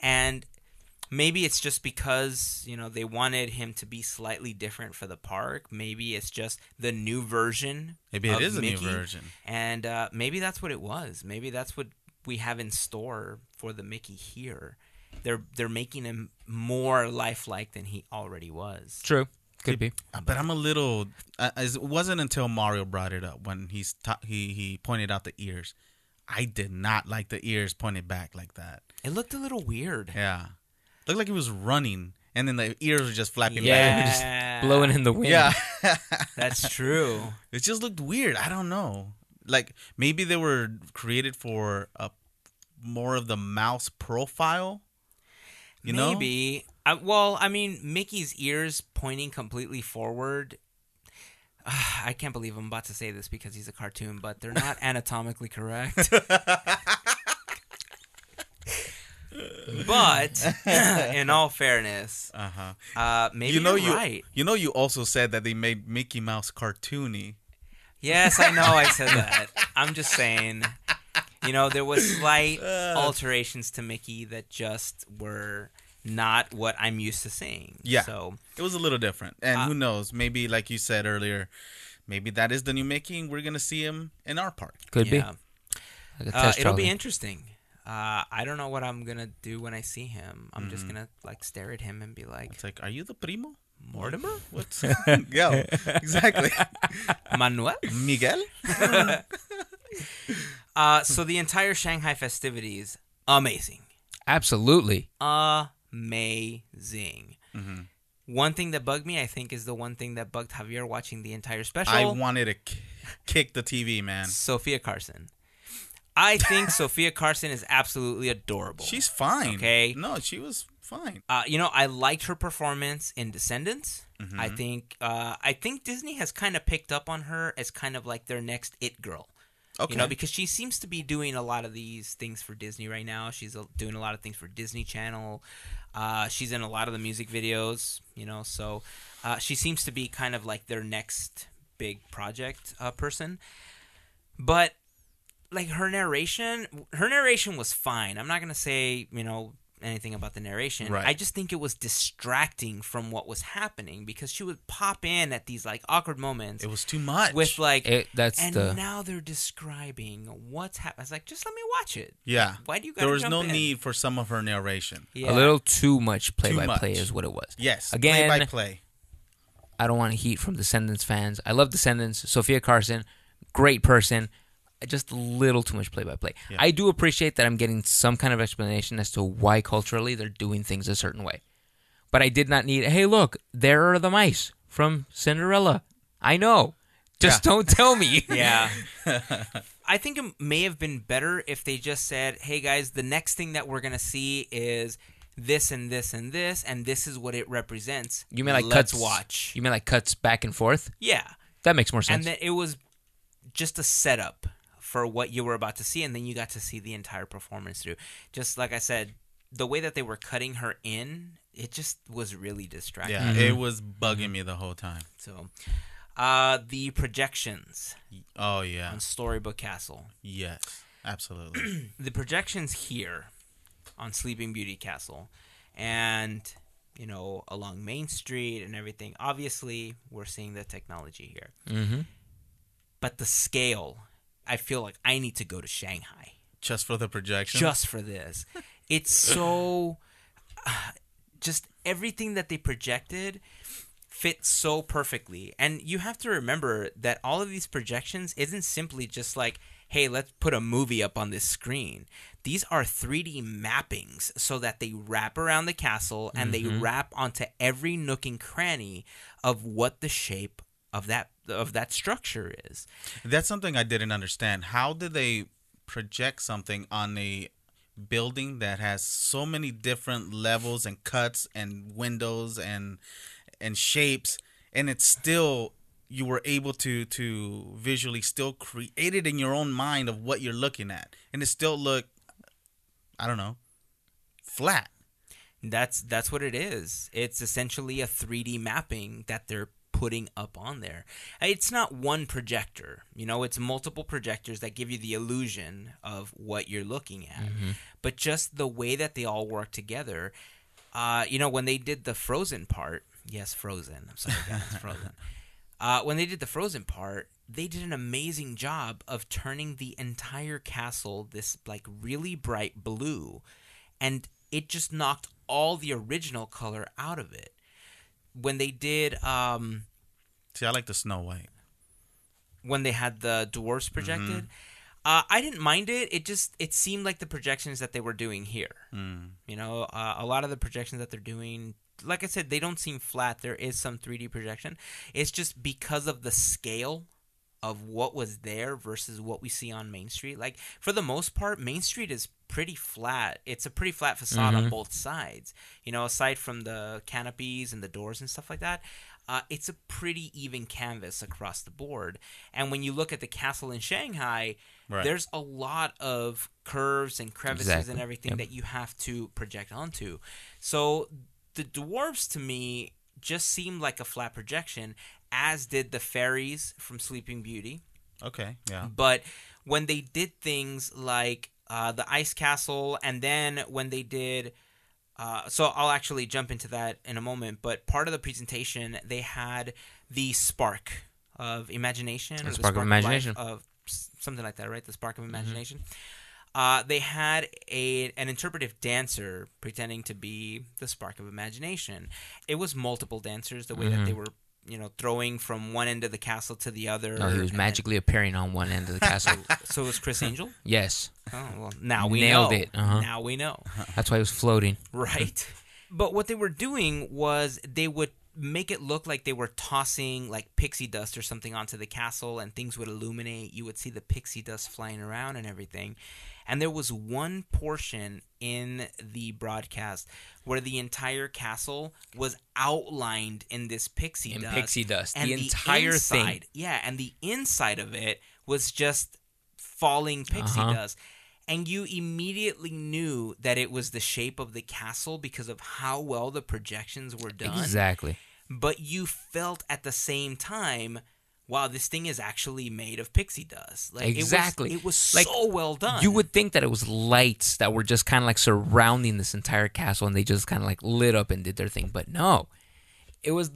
A: and maybe it's just because you know they wanted him to be slightly different for the park maybe it's just the new version
C: Maybe it
A: of
C: is a new
A: Mickey,
C: version.
A: and uh, maybe that's what it was maybe that's what we have in store for the mickey here they're they're making him more lifelike than he already was
B: True, could be.
C: Uh, But I'm a little. Uh, it wasn't until Mario brought it up when he's ta- he he pointed out the ears. I did not like the ears pointed back like that.
A: it looked a little weird
C: Yeah, looked like he was running, and then the ears were just flapping.
B: Yeah,
C: back.
B: just Blowing in the wind.
C: yeah.
A: that's true
C: it just looked weird. I don't know. Like maybe they were created for a more of the mouse profile. You know?
A: maybe I, well i mean mickey's ears pointing completely forward Ah, i can't believe i'm about to say this because he's a cartoon but they're not anatomically correct but in all fairness
C: Uh huh.
A: uh maybe
C: You know
A: you're
C: you.
A: right
C: You know you also said that they made Mickey Mouse cartoony.
A: yes i know i said that i'm just saying you know there was slight
C: Uh.
A: alterations to mickey that just were not what i'm used to seeing
C: Yeah.
A: so
C: It was a little different, and
A: Uh,
C: who knows? Maybe, like you said earlier, maybe that is the new Mickey. and We're gonna see him in our park.
B: could be.
A: yeah.
B: Like a
A: Uh,
B: test
A: it'll be
B: trolley.
A: interesting. Uh, I don't know what I'm gonna do when I see him. I'm just
C: Mm-hmm.
A: gonna like stare at him and be like,
C: It's like, are you the primo?
A: Mortimer,
C: What's yeah, exactly,
A: Manuel.
C: Miguel?
A: Uh, so the entire Shanghai festivities, amazing,
B: Absolutely.
A: amazing.
C: Mm-hmm.
A: One thing that bugged me, I think, is the one thing that bugged Javier watching the entire special.
C: I wanted to k- kick the TV, man.
A: Sophia Carson. I think Sophia Carson is absolutely adorable.
C: She's fine.
A: Okay.
C: No, she was fine.
A: Uh, you know, I liked her performance in Descendants. I think uh, I think Disney has kind of picked up on her as kind of like their next it girl.
C: Okay.
A: You know, because she seems to be doing a lot of these things for Disney right now. She's uh, doing a lot of things for Disney Channel. Uh, she's in a lot of the music videos. You know, so uh, she seems to be kind of like their next big project uh, person. But like her narration her narration was fine i'm not going to say you know anything about the narration
C: Right.
A: i just think it was distracting from what was happening because she would pop in at these like awkward moments
C: it was too much.
A: with like
B: It, that's
A: and
B: the
A: now they're describing what's happening. I was like, just let me watch it.
C: yeah,
A: Why do you guys?
C: there was no need for some of her narration.
A: Yeah.
B: a little too much play by play
C: much.
B: is what it was.
C: Yes.
B: Again,
C: play by play.
B: I don't want heat from Descendants fans. I love Descendants. Sophia Carson, great person. Just a little too much play by play.
C: Yeah.
B: I do appreciate that I'm getting some kind of explanation as to why culturally they're doing things a certain way. But I did not need, hey, look, there are the mice from Cinderella. I know. Just don't tell me.
A: Yeah. I think it may have been better if they just said, "Hey guys, the next thing that we're gonna see is this and this and this, and this is what it represents."
B: You mean like
A: Let's
B: cuts?
A: watch.
B: You mean like cuts back and forth?
A: Yeah,
B: That makes more
A: and
B: sense.
A: then it was just a setup for what you were about to see, and then you got to see the entire performance through. Just like I said, the way that they were cutting her in, it just was really distracting.
C: Yeah, it was
A: Mm-hmm.
C: bugging me the whole time.
A: So, uh, the projections
C: Oh yeah.
A: on Storybook Castle.
C: Yes. Absolutely.
A: The projections here on Sleeping Beauty Castle. And you know, along Main Street and everything. Obviously, we're seeing the technology here.
B: Mm-hmm.
A: But the scale, I feel like I need to go to Shanghai
C: just for the projection.
A: just for this. It's so uh, just everything that they projected fits so perfectly. And you have to remember that all of these projections isn't simply just like, hey, let's put a movie up on this screen. These are 3D mappings so that they wrap around the castle and they wrap onto every nook and cranny of what the shape of that of that structure is.
C: That's something I didn't understand. How did they project something on a building that has so many different levels and cuts and windows and and shapes and it's still you were able to to visually still create it in your own mind of what you're looking at and it still looked I don't know flat.
A: That's that's what it is. It's essentially a 3D mapping that they're putting up on there. It's not one projector, you know, it's multiple projectors that give you the illusion of what you're looking at. But just the way that they all work together, uh, you know, when they did the Frozen part, yes, Frozen. I'm sorry, guys, it's Frozen. Uh, when they did the Frozen part, they did an amazing job of turning the entire castle this like really bright blue, and it just knocked all the original color out of it. When they did, um,
C: See, I like the Snow White.
A: when they had the dwarfs projected, uh, I didn't mind it. It just it seemed like the projections that they were doing here.
C: Mm.
A: You know, uh, a lot of the projections that they're doing, like I said, they don't seem flat. There is some 3D projection. It's just because of the scale of what was there versus what we see on Main Street. Like, for the most part, Main Street is pretty flat. It's a pretty flat facade on both sides. You know, aside from the canopies and the doors and stuff like that, uh, it's a pretty even canvas across the board. And when you look at the castle in Shanghai,
C: Right.
A: there's a lot of curves and crevices
B: Exactly.
A: and everything
B: Yep.
A: that you have to project onto. So the dwarves to me just seemed like a flat projection, as did the fairies from Sleeping Beauty.
C: Okay, yeah.
A: But when they did things like uh, the ice castle, and then when they did, uh, so I'll actually jump into that in a moment. But part of the presentation, they had the spark of imagination, or
B: The spark of
A: life
B: imagination. Mm-hmm.
A: of s- something like that, right? The spark of imagination. Uh, they had a an interpretive dancer pretending to be the spark of imagination. It was multiple dancers. The way that
B: Mm-hmm.
A: they were, you know, throwing from one end of the castle to the other.
B: No, Oh, he was
A: and then-
B: magically appearing on one end of the castle.
A: so it was Chris Angel.
B: yes,
A: Oh well, now we
B: Nailed
A: know.
B: it, uh-huh.
A: Now we know,
B: that's why he was floating.
A: right? but what they were doing was they would make it look like they were tossing like pixie dust or something onto the castle, and things would illuminate. You would see the pixie dust flying around and everything. And there was one portion in the broadcast where the entire castle was outlined in this pixie
B: In
A: dust.
B: pixie dust, the entire thing.
A: inside, Yeah, and the inside of it was just falling pixie
B: Uh-huh.
A: dust. And you immediately knew that it was the shape of the castle because of how well the projections were done.
B: Exactly.
A: But you felt at the same time, wow, this thing is actually made of pixie dust. Like,
B: Exactly.
A: It was, it was
B: Like,
A: so well done.
B: You would think that it was lights that were just kind of like surrounding this entire castle, and they just kind of like lit up and did their thing. But no, it was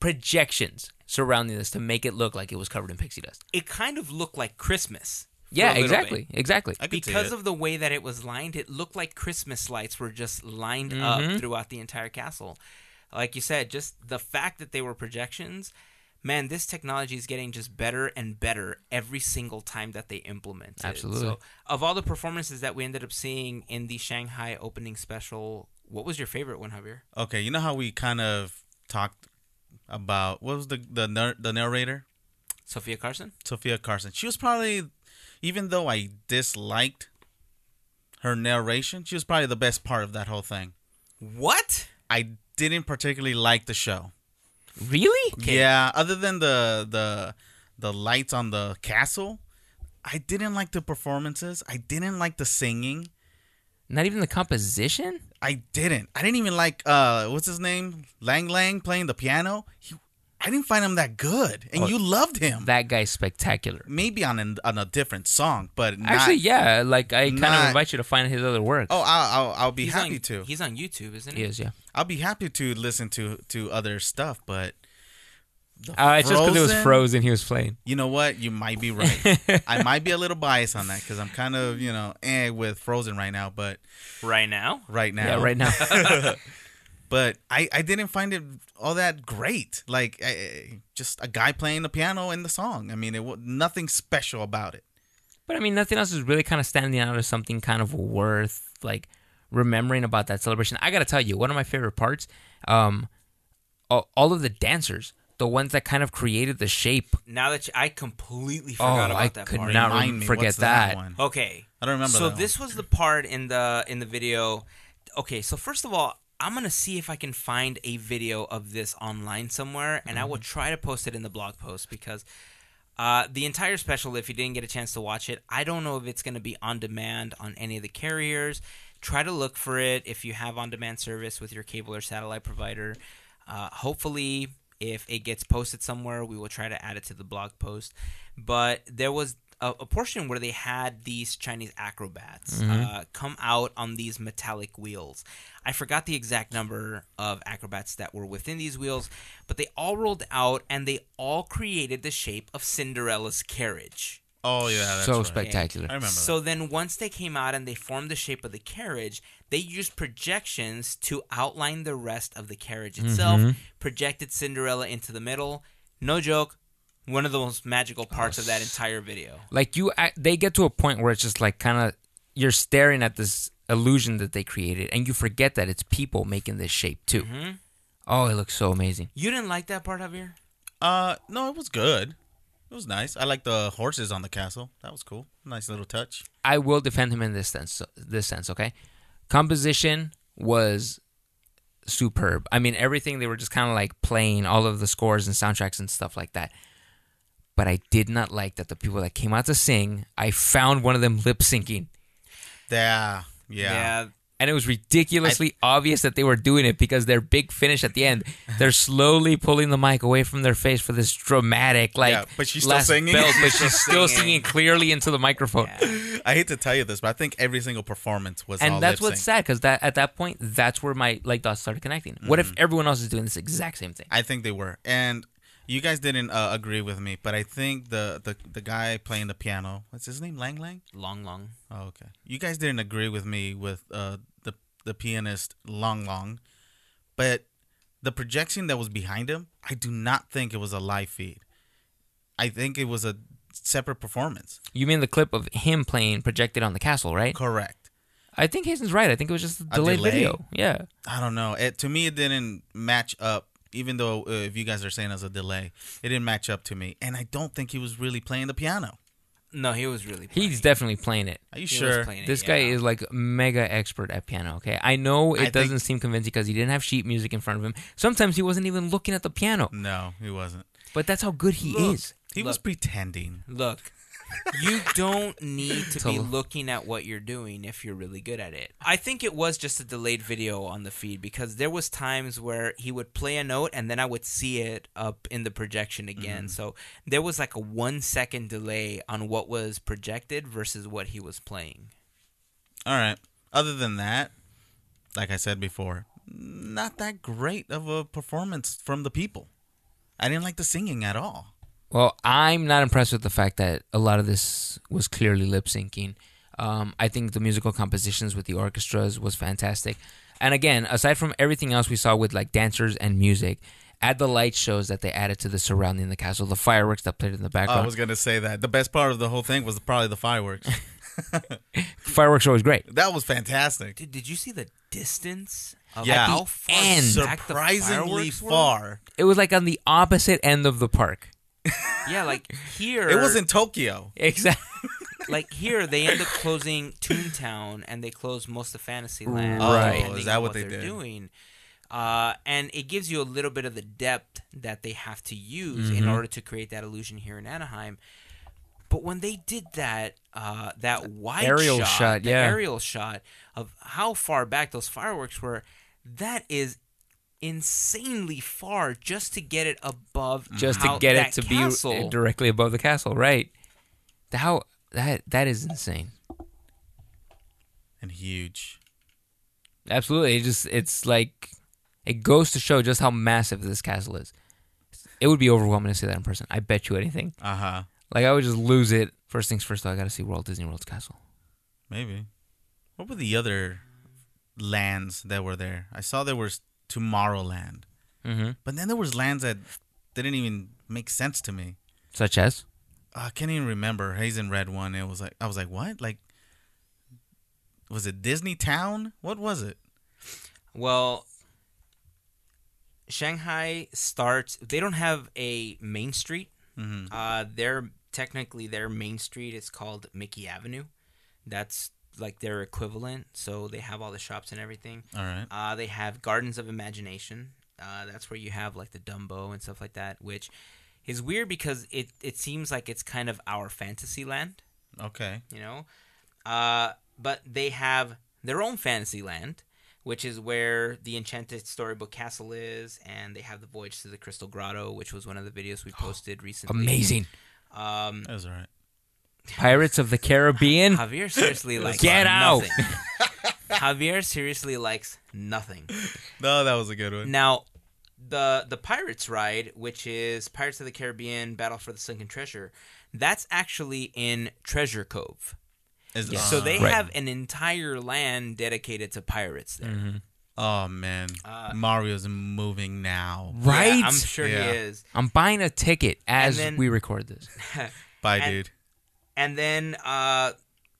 B: projections surrounding this to make it look like it was covered in pixie dust.
A: It kind of looked like Christmas. for a
B: Yeah,
A: little bit.
B: exactly, exactly.
C: I could see
A: because
C: it.
A: of the way that it was lined, it looked like Christmas lights were just lined up throughout the entire castle. Like you said, just the fact that they were projections, man, this technology is getting just better and better every single time that they implement it.
B: Absolutely.
A: So, of all the performances that we ended up seeing in the Shanghai opening special, what was your favorite one, Javier?
C: Okay, you know how we kind of talked about what was the the nar- the narrator
A: Sophia Carson?
C: Sophia Carson. She was probably, even though I disliked her narration, she was probably the best part of that whole thing.
A: What?
C: I didn't particularly like the show.
B: Really?
C: Yeah, other than the the the lights on the castle, I didn't like the performances. I didn't like the singing.
B: Not even the composition?
C: I didn't. I didn't even like uh what's his name? Lang Lang playing the piano. He I didn't find him that good, and
B: Oh.
C: you loved him.
B: That guy's spectacular.
C: Maybe on an, on a different song, but not,
B: Actually, yeah. Like I kind of
C: not-
B: invite you to find his other work.
C: Oh, I'll I'll, I'll be
A: He's
C: happy
A: on,
C: to.
A: He's on YouTube, isn't
B: he
A: he?
B: is. Yeah.
C: I'll be happy to listen to to other stuff, but
B: Uh, it's just because it was
C: Frozen?
B: frozen. He was playing.
C: you know what? You might be right. I might be a little biased on that because I'm kind of you know eh with Frozen right now, but
A: Right now?
C: right now,
B: Yeah, right now.
C: But I I didn't find it all that great. Like I- I, just a guy playing the piano in the song. I mean, it was nothing special about it.
B: but I mean, nothing else is really kind of standing out as something kind of worth like remembering about that celebration. I gotta tell you, one of my favorite parts, um, a- all of the dancers, the ones that kind of created the shape.
A: Now that you, I completely forgot
B: oh,
A: about
B: I
A: that
B: could
A: part.
B: not
C: Remind me,
B: forget
C: what's that,
B: that.
C: one?
A: Okay.
C: I don't remember.
A: So
C: that
A: this was the part in the in the video. Okay, so first of all, I'm gonna see if I can find a video of this online somewhere, and I
C: Mm-hmm.
A: will try to post it in the blog post because uh, the entire special, if you didn't get a chance to watch it, I don't know if it's gonna be on demand on any of the carriers. Try to look for it if you have on demand service with your cable or satellite provider. Uh, hopefully, if it gets posted somewhere, we will try to add it to the blog post. But there was a, a portion where they had these Chinese acrobats
C: Mm-hmm.
A: uh, come out on these metallic wheels. I forgot the exact number of acrobats that were within these wheels, but they all rolled out and they all created the shape of Cinderella's carriage.
C: Oh yeah, that's
B: so
C: right.
B: spectacular.
C: I remember. that.
A: So then, once they came out and they formed the shape of the carriage, they used projections to outline the rest of the carriage
C: Mm-hmm.
A: itself, projected Cinderella into the middle. No joke, one of the most magical parts of that entire video.
B: Like you, I, they get to a point where it's just like kind of you're staring at this illusion that they created, and you forget that it's people making this shape too.
C: Mm-hmm.
B: Oh, it looks so amazing.
A: You didn't like that part, Javier?
C: Uh, no, it was good. It was nice. I like the horses on the castle. That was cool. Nice little touch.
B: I will defend him in this sense. This sense, okay. Composition was superb. I mean, everything they were just kind of like playing all of the scores and soundtracks and stuff like that. But I did not like that the people that came out to sing, I found one of them lip syncing,
C: Yeah, yeah.
B: and it was ridiculously obvious that they were doing it because their big finish at the end, they're slowly pulling the mic away from their face for this dramatic like.
C: Yeah, but she's still
B: last
C: singing.
B: belt, but
C: She's
B: she's still singing clearly into the microphone.
C: I hate to tell you this, but I think every single performance was all
B: and that's
C: lip
B: what's
C: sync.
B: sad because that at that point that's where my like dots started connecting what if
C: Mm-hmm.
B: everyone else is doing this exact same thing
C: I think they were. And you guys didn't uh, agree with me, but I think the, the the guy playing the piano, what's his name? Lang Lang?
A: long, long.
C: Oh, okay. You guys didn't agree with me with uh the the pianist Long Long, but the projection that was behind him, I do not think it was a live feed. I think it was a separate performance.
B: you mean the clip of him playing projected on the castle right
C: Correct.
B: i think hazen's right i think it was just a delayed
C: delay?
B: video yeah
C: I don't know. It to me it didn't match up. Even though uh, if you guys are saying as a delay, it didn't match up to me, and I don't think he was really playing the piano.
A: No, he was really. Playing.
B: he's definitely playing it
C: Are you
A: He was
C: sure?
A: playing it,
B: this
A: yeah.
B: guy is like mega expert at piano okay i know it
C: I think-
B: doesn't seem convincing because he didn't have sheet music in front of him sometimes he wasn't even looking at the piano
C: No, he wasn't.
B: but that's how good he
A: Look.
B: is
C: He was
A: Look.
C: pretending.
A: Look, you don't need to be
B: Tell-
A: looking at what you're doing if you're really good at it. I think it was just a delayed video on the feed because there was times where he would play a note and then I would see it up in the projection
C: Mm-hmm.
A: again. So there was like a one second delay on what was projected versus what he was playing.
C: All right. Other than that, like I said before, not that great of a performance from the people. I didn't like the singing at all.
B: Well, I'm not impressed with the fact that a lot of this was clearly lip syncing. Um, I think the musical compositions with the orchestras was fantastic. And again, aside from everything else we saw with like dancers and music, add the light shows that they added to the surrounding the castle, the fireworks that played in the
C: I
B: background.
C: Oh, was gonna say that the best part of the whole thing was probably the fireworks.
B: fireworks show was great.
C: that was fantastic.
A: Dude, did you see the distance? Of
C: Yeah.
A: how
C: At
A: far
B: end.
A: back the
C: Surprisingly
A: fireworks were?
C: far.
B: It was like on the opposite end of the park.
A: Yeah, like here
C: It was in Tokyo.
B: Exactly.
A: Mm-hmm. like here they end up closing Toontown and they close most of Fantasyland.
B: Right.
A: depending
C: Oh, is
A: on
C: that what they
A: are
C: did?
A: doing? Uh, and it gives you a little bit of the depth that they have to use in
B: Mm-hmm.
A: order to create that illusion here in Anaheim. But when they did that, uh, that wide
B: aerial
A: shot,
B: shot,
A: the
B: yeah.
A: aerial shot of how far back those fireworks were, that is insanely far just to get it above
B: just to
A: out
B: get
A: that
B: it to be
A: castle.
B: directly above the castle, right? How that that is insane.
C: and huge.
B: Absolutely, it just it's like it goes to show just how massive this castle is. It would be overwhelming to see that in person. I bet you anything.
C: Uh huh.
B: Like I would just lose it. First things first, though, I got to see Walt Disney World's castle.
C: Maybe. What were the other lands that were there? I saw there was Tomorrowland,
B: Mm-hmm.
C: but then there was lands that didn't even make sense to me. Ah,
B: Such as
C: I can't even remember. Hazen read one. It was like I was like, what? Like, was it Disney Town? What was it?
A: Well, Shanghai starts. They don't have a main street.
C: Mhm.
A: Uh, their technically their main street is called Mickey Avenue. That's like their equivalent. So they have all the shops and everything.
C: All right.
A: Uh, they have Gardens of Imagination. Uh, that's where you have like the Dumbo and stuff like that, which is weird because it it seems like it's kind of our fantasy land,
C: Okay.
A: you know. Uh, but they have their own fantasy land, which is where the Enchanted Storybook Castle is, and they have the Voyage to the Crystal Grotto, which was one of the videos we posted recently.
B: Oh, amazing
A: Um,
C: That was all right.
B: Pirates of the Caribbean.
A: Javier seriously likes
B: Get out.
A: nothing. Javier seriously likes nothing.
C: No, that was a good one.
A: Now, the the Pirates ride, which is Pirates of the Caribbean: Battle for the Sunken Treasure, that's actually in Treasure Cove.
C: Is-
A: So they
B: Right.
A: have an entire land dedicated to pirates there.
C: Oh man,
A: Uh,
C: Mario's moving now.
A: Yeah,
B: Right?
A: I'm sure
C: Yeah.
A: he is.
B: I'm buying a ticket as
A: And then-
B: we record this.
C: Bye,
A: And-
C: dude.
A: And then uh,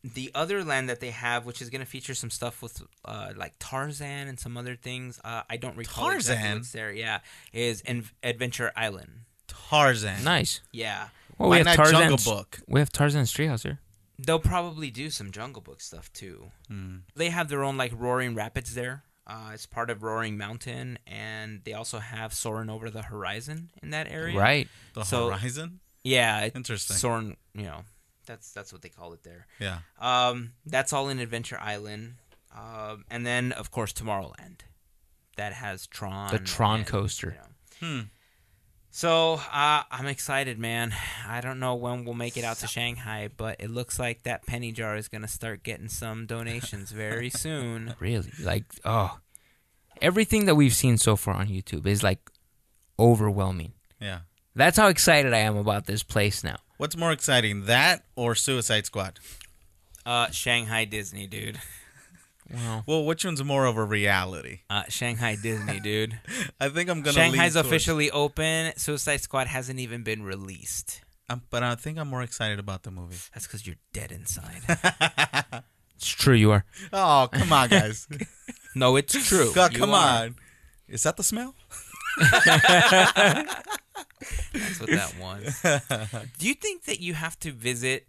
A: the other land that they have, which is going to feature some stuff with uh, like Tarzan and some other things. Uh, I don't recall exactly
C: Tarzan?
A: what's there. Yeah, is An- Adventure Island.
C: Tarzan.
B: Nice.
A: Oh, Yeah,
B: Well,
C: Why
B: we have
C: not
B: Tarzan's,
C: Jungle Book?
B: We have Tarzan's treehouse here.
A: they'll probably do some Jungle Book stuff too.
C: Mm.
A: They have their own like Roaring Rapids there. Uh, it's part of Roaring Mountain, and they also have Soarin' Over the Horizon in that area.
B: Right.
C: The
A: So-
C: Horizon.
A: Yeah. It,
C: Interesting.
A: Soarin', you know, that's that's what they call it there.
C: yeah.
A: Um, that's all in Adventure Island, um, and then of course Tomorrowland, that has Tron.
B: The Tron
A: and,
B: coaster.
A: you
C: Hmm.
A: So uh, I'm excited, man. I don't know when we'll make it out to Shanghai, but it looks like that penny jar is gonna start getting some donations very soon.
B: Really? Like, oh. Everything that we've seen so far on YouTube is like overwhelming.
C: Yeah.
B: That's how excited I am about this place now.
C: What's more exciting, that or Suicide Squad?
A: Uh, Shanghai Disney, dude.
B: Wow.
C: Well, which one's more of a reality?
A: Uh, Shanghai Disney, dude.
C: I think I'm gonna. lean
A: Shanghai's
C: towards-
A: officially open. Suicide Squad hasn't even been released.
C: Um, but I think I'm more excited about the movie.
A: That's because you're dead inside.
B: It's true, you are.
C: Oh, come on, guys.
A: no, it's true.
C: God,
A: You
C: come
A: are.
C: on. Is that the smell?
A: That's what that was. Do you think that you have to visit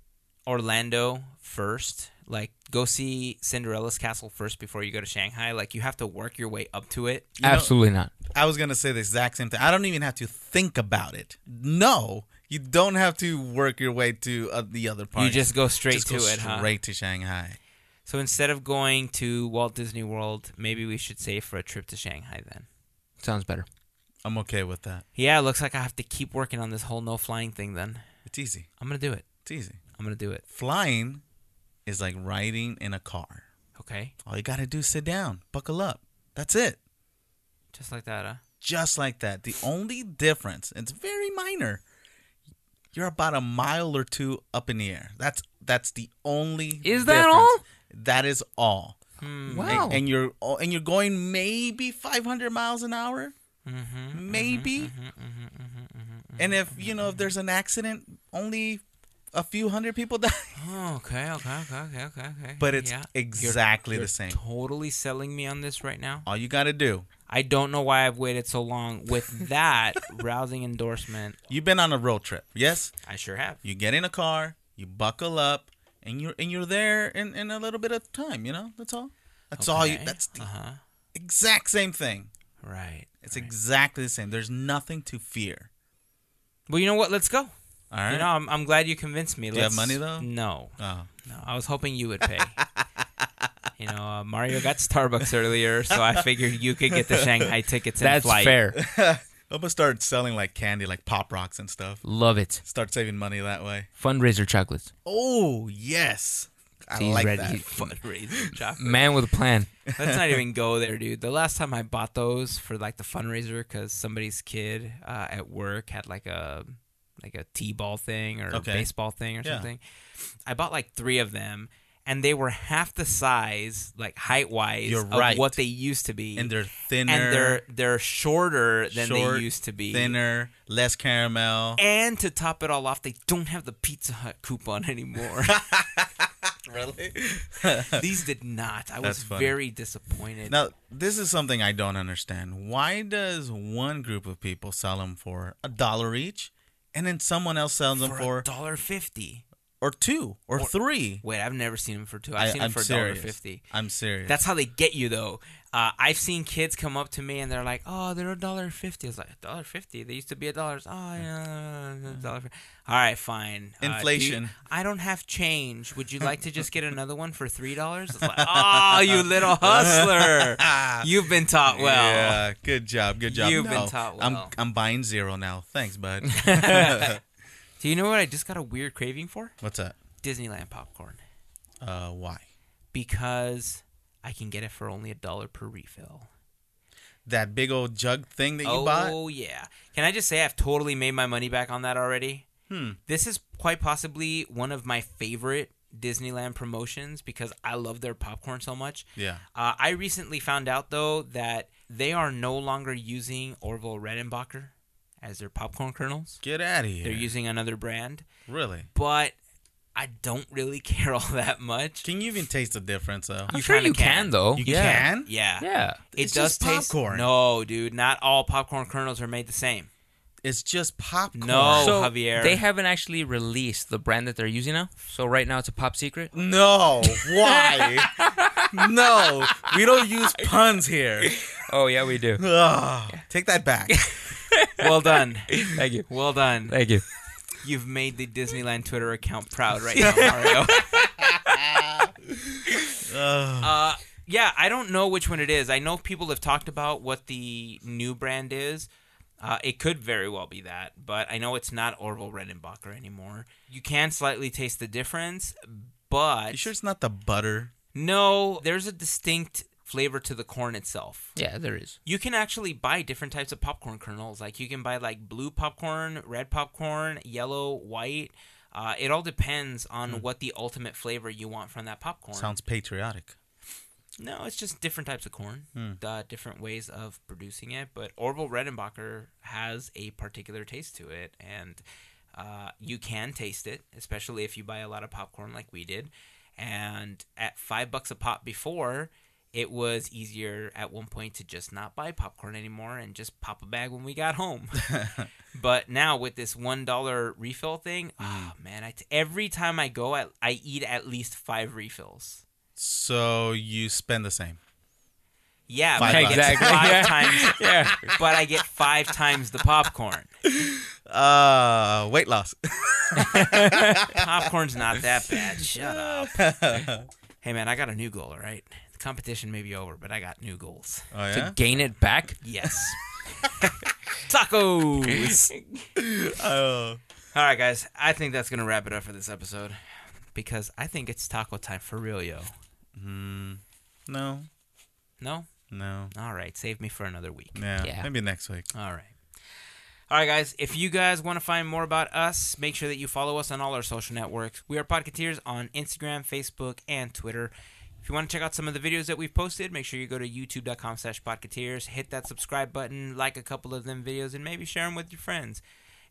A: Orlando first? Like, go see Cinderella's castle first before you go to Shanghai? Like, you have to work your way up to it?
C: You know-
B: Absolutely not.
C: I was gonna say the exact same thing. I don't even have to think about it. No, you don't have to work your way to uh, the other part.
A: You just go straight
C: Just
A: to
C: go
A: it, huh?
C: Straight to Shanghai.
A: So instead of going to Walt Disney World, maybe we should save for a trip to Shanghai then.
B: Sounds better.
C: I'm okay with that.
A: Yeah, it looks like I have to keep working on this whole no flying thing then.
C: It's easy.
A: I'm going to do it.
C: It's easy.
A: I'm going to do it.
C: Flying is like riding in a car.
A: Okay?
C: All you gotta do is sit down, buckle up. That's it.
A: Just like that, huh?
C: Just like that. The only difference, it's very minor. You're about a mile or two up in the air. That's that's the only.
B: Is that
C: difference.
B: all?
C: That is all.
A: Hmm.
B: Wow.
C: and, and you're oh, and you're going maybe 500 miles an hour
A: Mm-hmm.
C: maybe and if you know if there's an accident only a few hundred people die
A: Oh, okay, okay, okay, okay, okay, okay.
C: but it's
A: Yeah.
C: exactly
A: You're
C: the same
A: Totally selling me on this right now.
C: all you gotta do
A: I don't know why I've waited so long with that rousing endorsement.
C: you've been on a road trip yes
A: I sure have.
C: you get in a car you buckle up and you're and you're there in, in a little bit of time you know that's all that's all Oh, you
A: Okay.
C: that's the
A: uh-huh.
C: exact same thing
A: right.
C: it's exactly the same there's nothing to fear
A: Well, you know what? Let's go.
C: all right Uh,
A: You know, I'm, I'm glad you convinced me.
C: you
A: Let's-
C: have money, though?
A: No,
C: Oh.
A: no. I was hoping you would pay. You know, uh, Mario got Starbucks earlier, so I figured you could get the Shanghai tickets and
B: That's
A: flight.
B: fair.
C: I'm gonna start selling like candy, like pop rocks and stuff.
B: Love it.
C: Start saving money that way.
B: Fundraiser chocolates.
C: Oh yes, I
B: See, he's
C: like
B: ready.
C: that.
B: He-
A: Fundraiser chocolate.
B: Man with a plan.
A: Let's not even go there, dude. The last time I bought those for like the fundraiser, because somebody's kid uh, at work had like a like a t-ball thing or
C: Okay.
A: a baseball thing or
C: Yeah.
A: something. I bought like three of them, and they were half the size, like height-wise,
C: You're
A: of
C: right.
A: what they used to be.
C: And they're thinner.
A: and they're they're shorter than
C: short,
A: they used to be.
C: Thinner, less caramel.
A: And to top it all off, they don't have the Pizza Hut coupon anymore.
C: Really?
A: These did not. I
C: That's
A: was
C: funny.
A: very disappointed.
C: now, this is something I don't understand. Why does one group of people sell them for a dollar each, and then someone else sells them
A: for
C: for,
A: a dollar fifty.
C: or two or, three?
A: Wait, I've never seen them for two. I've seen
C: I, am
A: them for a dollar
C: serious.
A: fifty.
C: I'm serious.
A: That's how they get you though. Uh, I've seen kids come up to me and they're like, "Oh, they're a dollar fifty. I was like, "A dollar fifty? They used to be a dollar." Oh yeah, a dollar. fif- All right, fine. Uh, do you-
C: Inflation.
A: I don't have change. Would you like to just get another one for three dollars? It's like, oh, you little hustler! You've been taught well.
C: yeah, good job, good job.
A: You've been
C: No,
A: taught
C: I'm
A: well.
C: I'm buying zero now. Thanks, bud.
A: Do you know what I just got a weird craving for?
C: What's that?
A: Disneyland popcorn
C: Uh, why?
A: because I can get it for only a dollar per refill.
C: That big old jug thing that you
A: oh,
C: bought?
A: yeah. Can I just say I've totally made my money back on that already? Hmm. This is quite possibly one of my favorite Disneyland promotions because I love their popcorn so much.
C: Yeah.
A: Uh, I recently found out though that they are no longer using Orville Redenbacher as their popcorn kernels.
C: Get out of here.
A: They're using another brand,
C: really?
A: but I don't really care all that much.
C: Can you even taste the difference though?
B: I'm
A: You
B: sure
A: kinda
B: you can,
A: can.
B: though.
C: You
B: yeah.
C: can?
A: Yeah.
B: Yeah.
A: It
C: It's
A: does
C: just popcorn.
A: taste No, dude, not all popcorn kernels are made the same.
C: It's just popcorn.
A: No. Oh,
B: so
A: Javier.
B: they haven't actually released the brand that they're using now. So right now it's a pop secret.
C: No. Why? no. We don't use puns here.
B: Oh yeah, we do.
C: Ugh. Take that back.
A: Well done.
B: Thank you.
A: Well done.
B: Thank you.
A: You've made the Disneyland Twitter account proud right now, Mario.
C: Ugh.
A: uh, yeah, I don't know which one it is. I know people have talked about what the new brand is. Uh, it could very well be that, but I know it's not Orville Redenbacher anymore. You can slightly taste the difference, but
C: you sure it's not the butter?
A: no, there's a distinct flavor to the corn itself.
B: Yeah, there is.
A: You can actually buy different types of popcorn kernels. Like you can buy like blue popcorn, red popcorn, yellow, white. Uh, it all depends on what the ultimate flavor you want from that popcorn.
C: Sounds patriotic.
A: no, it's just different types of corn, uh, different ways of producing it. But Orville Redenbacher has a particular taste to it, and uh, you can taste it, especially if you buy a lot of popcorn like we did. And at five bucks a pop before, it was easier at one point to just not buy popcorn anymore and just pop a bag when we got home. but now with this one dollar refill thing, ah man, I t- every time I go, I, I eat at least five refills.
C: So you spend the same.
A: Yeah,
C: Five
A: but I
C: bucks.
A: get
B: Exactly,
A: five
B: yeah.
A: times.
B: Yeah.
A: But I get five times the popcorn.
C: Uh, weight loss.
A: Popcorn's not that bad. Shut up.
C: Oh,
A: Hey man, I got a new goal. All right, the competition may be over, but I got new goals.
C: Oh yeah.
B: To gain it back.
A: Yes. Tacos.
C: Oh.
A: All right, guys. I think that's gonna wrap it up for this episode because I think it's taco time for real, yo.
C: Mm, no.
A: No.
C: No.
A: All right, save me for another week.
C: Yeah,
B: Yeah.
C: Maybe next week.
A: All right. All right, guys. If you guys want to find more about us, make sure that you follow us on all our social networks. We are Podcateers on Instagram, Facebook, and Twitter. If you want to check out some of the videos that we've posted, make sure you go to youtube.com slash podcateers, hit that subscribe button, like a couple of them videos, and maybe share them with your friends.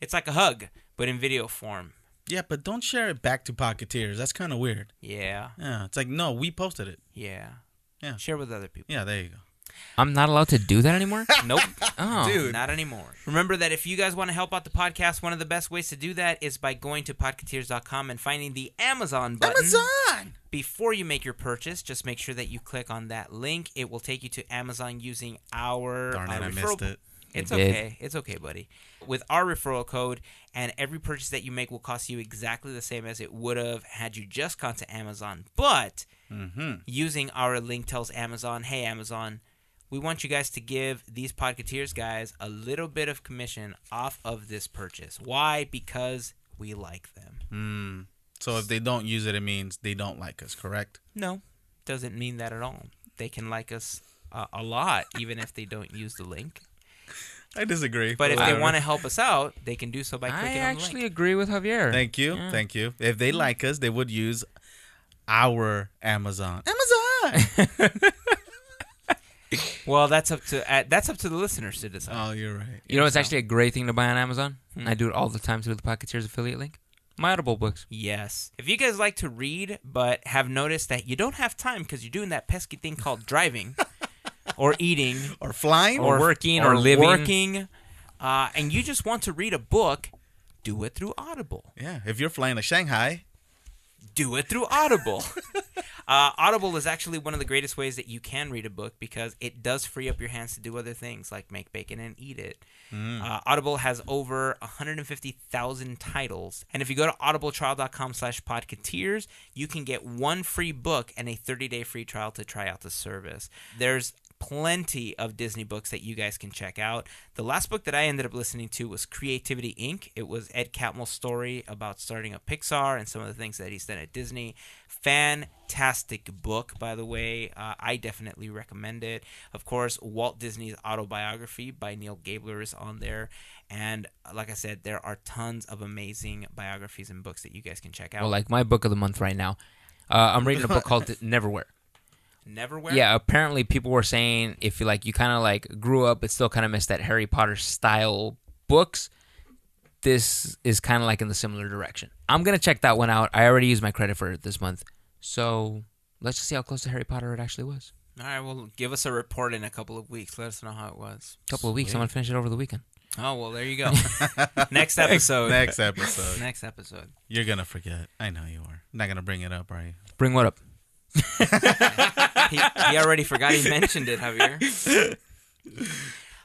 A: It's like a hug, but in video form.
C: Yeah, but don't share it back to Pocketeers. That's kind of weird.
A: Yeah,
C: Yeah, it's like no, we posted it.
A: yeah.
C: Yeah.
A: Share with other people.
C: Yeah, there you go.
B: I'm not allowed to do that anymore.
A: Nope.
B: Oh.
C: Dude.
A: Not anymore. Remember that if you guys want to help out the podcast, one of the best ways to do that is by going to podcateers.com and finding the Amazon button.
C: Amazon.
A: Before you make your purchase, just make sure that you click on that link. It will take you to Amazon using our
C: Darn it,
A: uh,
C: I
A: referral-
C: missed it.
A: It's
B: babe.
A: okay. It's okay, buddy. With our referral code, and every purchase that you make will cost you exactly the same as it would have had you just gone to Amazon. But
C: Mm-hmm.
A: using our link tells Amazon, hey, Amazon, we want you guys to give these Podcateers guys a little bit of commission off of this purchase. Why? Because we like them.
C: Mm. So if they don't use it, it means they don't like us, correct?
A: No, doesn't mean that at all. They can like us uh, a lot, even if they don't use the link.
C: I disagree.
A: But if they
C: whatever.
A: want to help us out, they can do so by
B: I
A: clicking on the
B: actually
A: link.
B: agree with Javier.
C: Thank you.
B: Yeah.
C: Thank you. If they like us, they would use our Amazon. Amazon.
A: Well, that's up to uh, that's up to the listeners to decide.
C: oh, you're right.
B: You know, it's actually a great thing to buy on Amazon. I do it all the time through the Pocketeers affiliate link. My Audible books.
A: Yes. If you guys like to read but have noticed that you don't have time because you're doing that pesky thing called driving or eating
C: Or flying.
B: Or working or living.
A: working, uh, and you just want to read a book, do it through Audible.
C: yeah. If you're flying to Shanghai,
A: Do it through Audible. uh, Audible is actually one of the greatest ways that you can read a book because it does free up your hands to do other things like make bacon and eat it. Uh, Audible has over 150,000 titles, and if you go to audibletrial.com/podcateers, you can get one free book and a 30-day free trial to try out the service. There's plenty of Disney books that you guys can check out. The last book that I ended up listening to was Creativity Inc. It was Ed Catmull's story about starting up Pixar and some of the things that he's done at Disney. Fantastic book, by the way. Uh, I definitely recommend it. Of course, Walt Disney's autobiography by Neil Gabler is on there. And uh, like I said, there are tons of amazing biographies and books that you guys can check out.
B: Well, like my book of the month right now. Uh, I'm reading a book called Neverwhere.
A: Neverwhere.
B: Yeah, apparently people were saying if you like you kind of like grew up, it still kind of missed that Harry Potter style books. This is kind of like in the similar direction. I'm gonna check that one out. I already used my credit for it this month, so let's just see how close to Harry Potter it actually was.
A: All right, well, give us a report in a couple of weeks. Let us know how it was.
B: A couple of weeks. I'm gonna finish it over the weekend.
A: Oh, well, there you go. Next episode.
C: next episode,
A: Next episode.
C: you're gonna forget. I know you are. Not gonna bring it up, are you?
B: Bring what up?
A: he, he already forgot he mentioned it, Javier.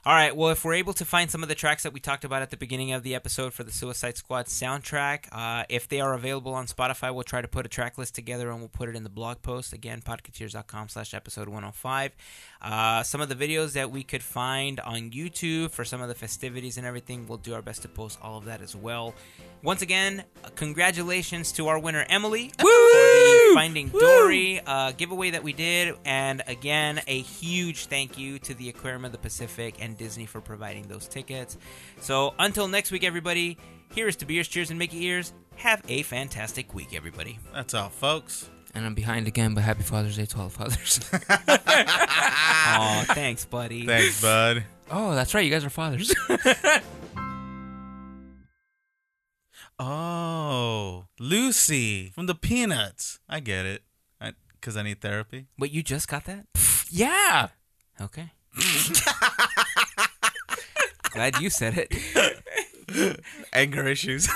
A: All right. Well, if we're able to find some of the tracks that we talked about at the beginning of the episode for the Suicide Squad soundtrack, uh, if they are available on Spotify, we'll try to put a track list together and we'll put it in the blog post. Again, podcateers.com slash episode 105. Uh, some of the videos that we could find on YouTube for some of the festivities and everything, we'll do our best to post all of that as well. Once again, uh, congratulations to our winner, Emily, for the Finding Dory uh, giveaway that we did. And again, a huge thank you to the Aquarium of the Pacific and Disney for providing those tickets. So until next week, everybody, here is to beers, cheers, and Mickey ears. Have a fantastic week, everybody.
C: That's all, folks.
B: And I'm behind again, but happy Father's Day to all the fathers.
A: Aw, thanks, buddy.
C: Thanks, bud.
B: oh, that's right. You guys are fathers.
C: Oh, Lucy from the Peanuts. I get it. I, Cause I need therapy.
A: But you just got that?
B: yeah.
A: Okay. Glad you said it.
C: Anger issues.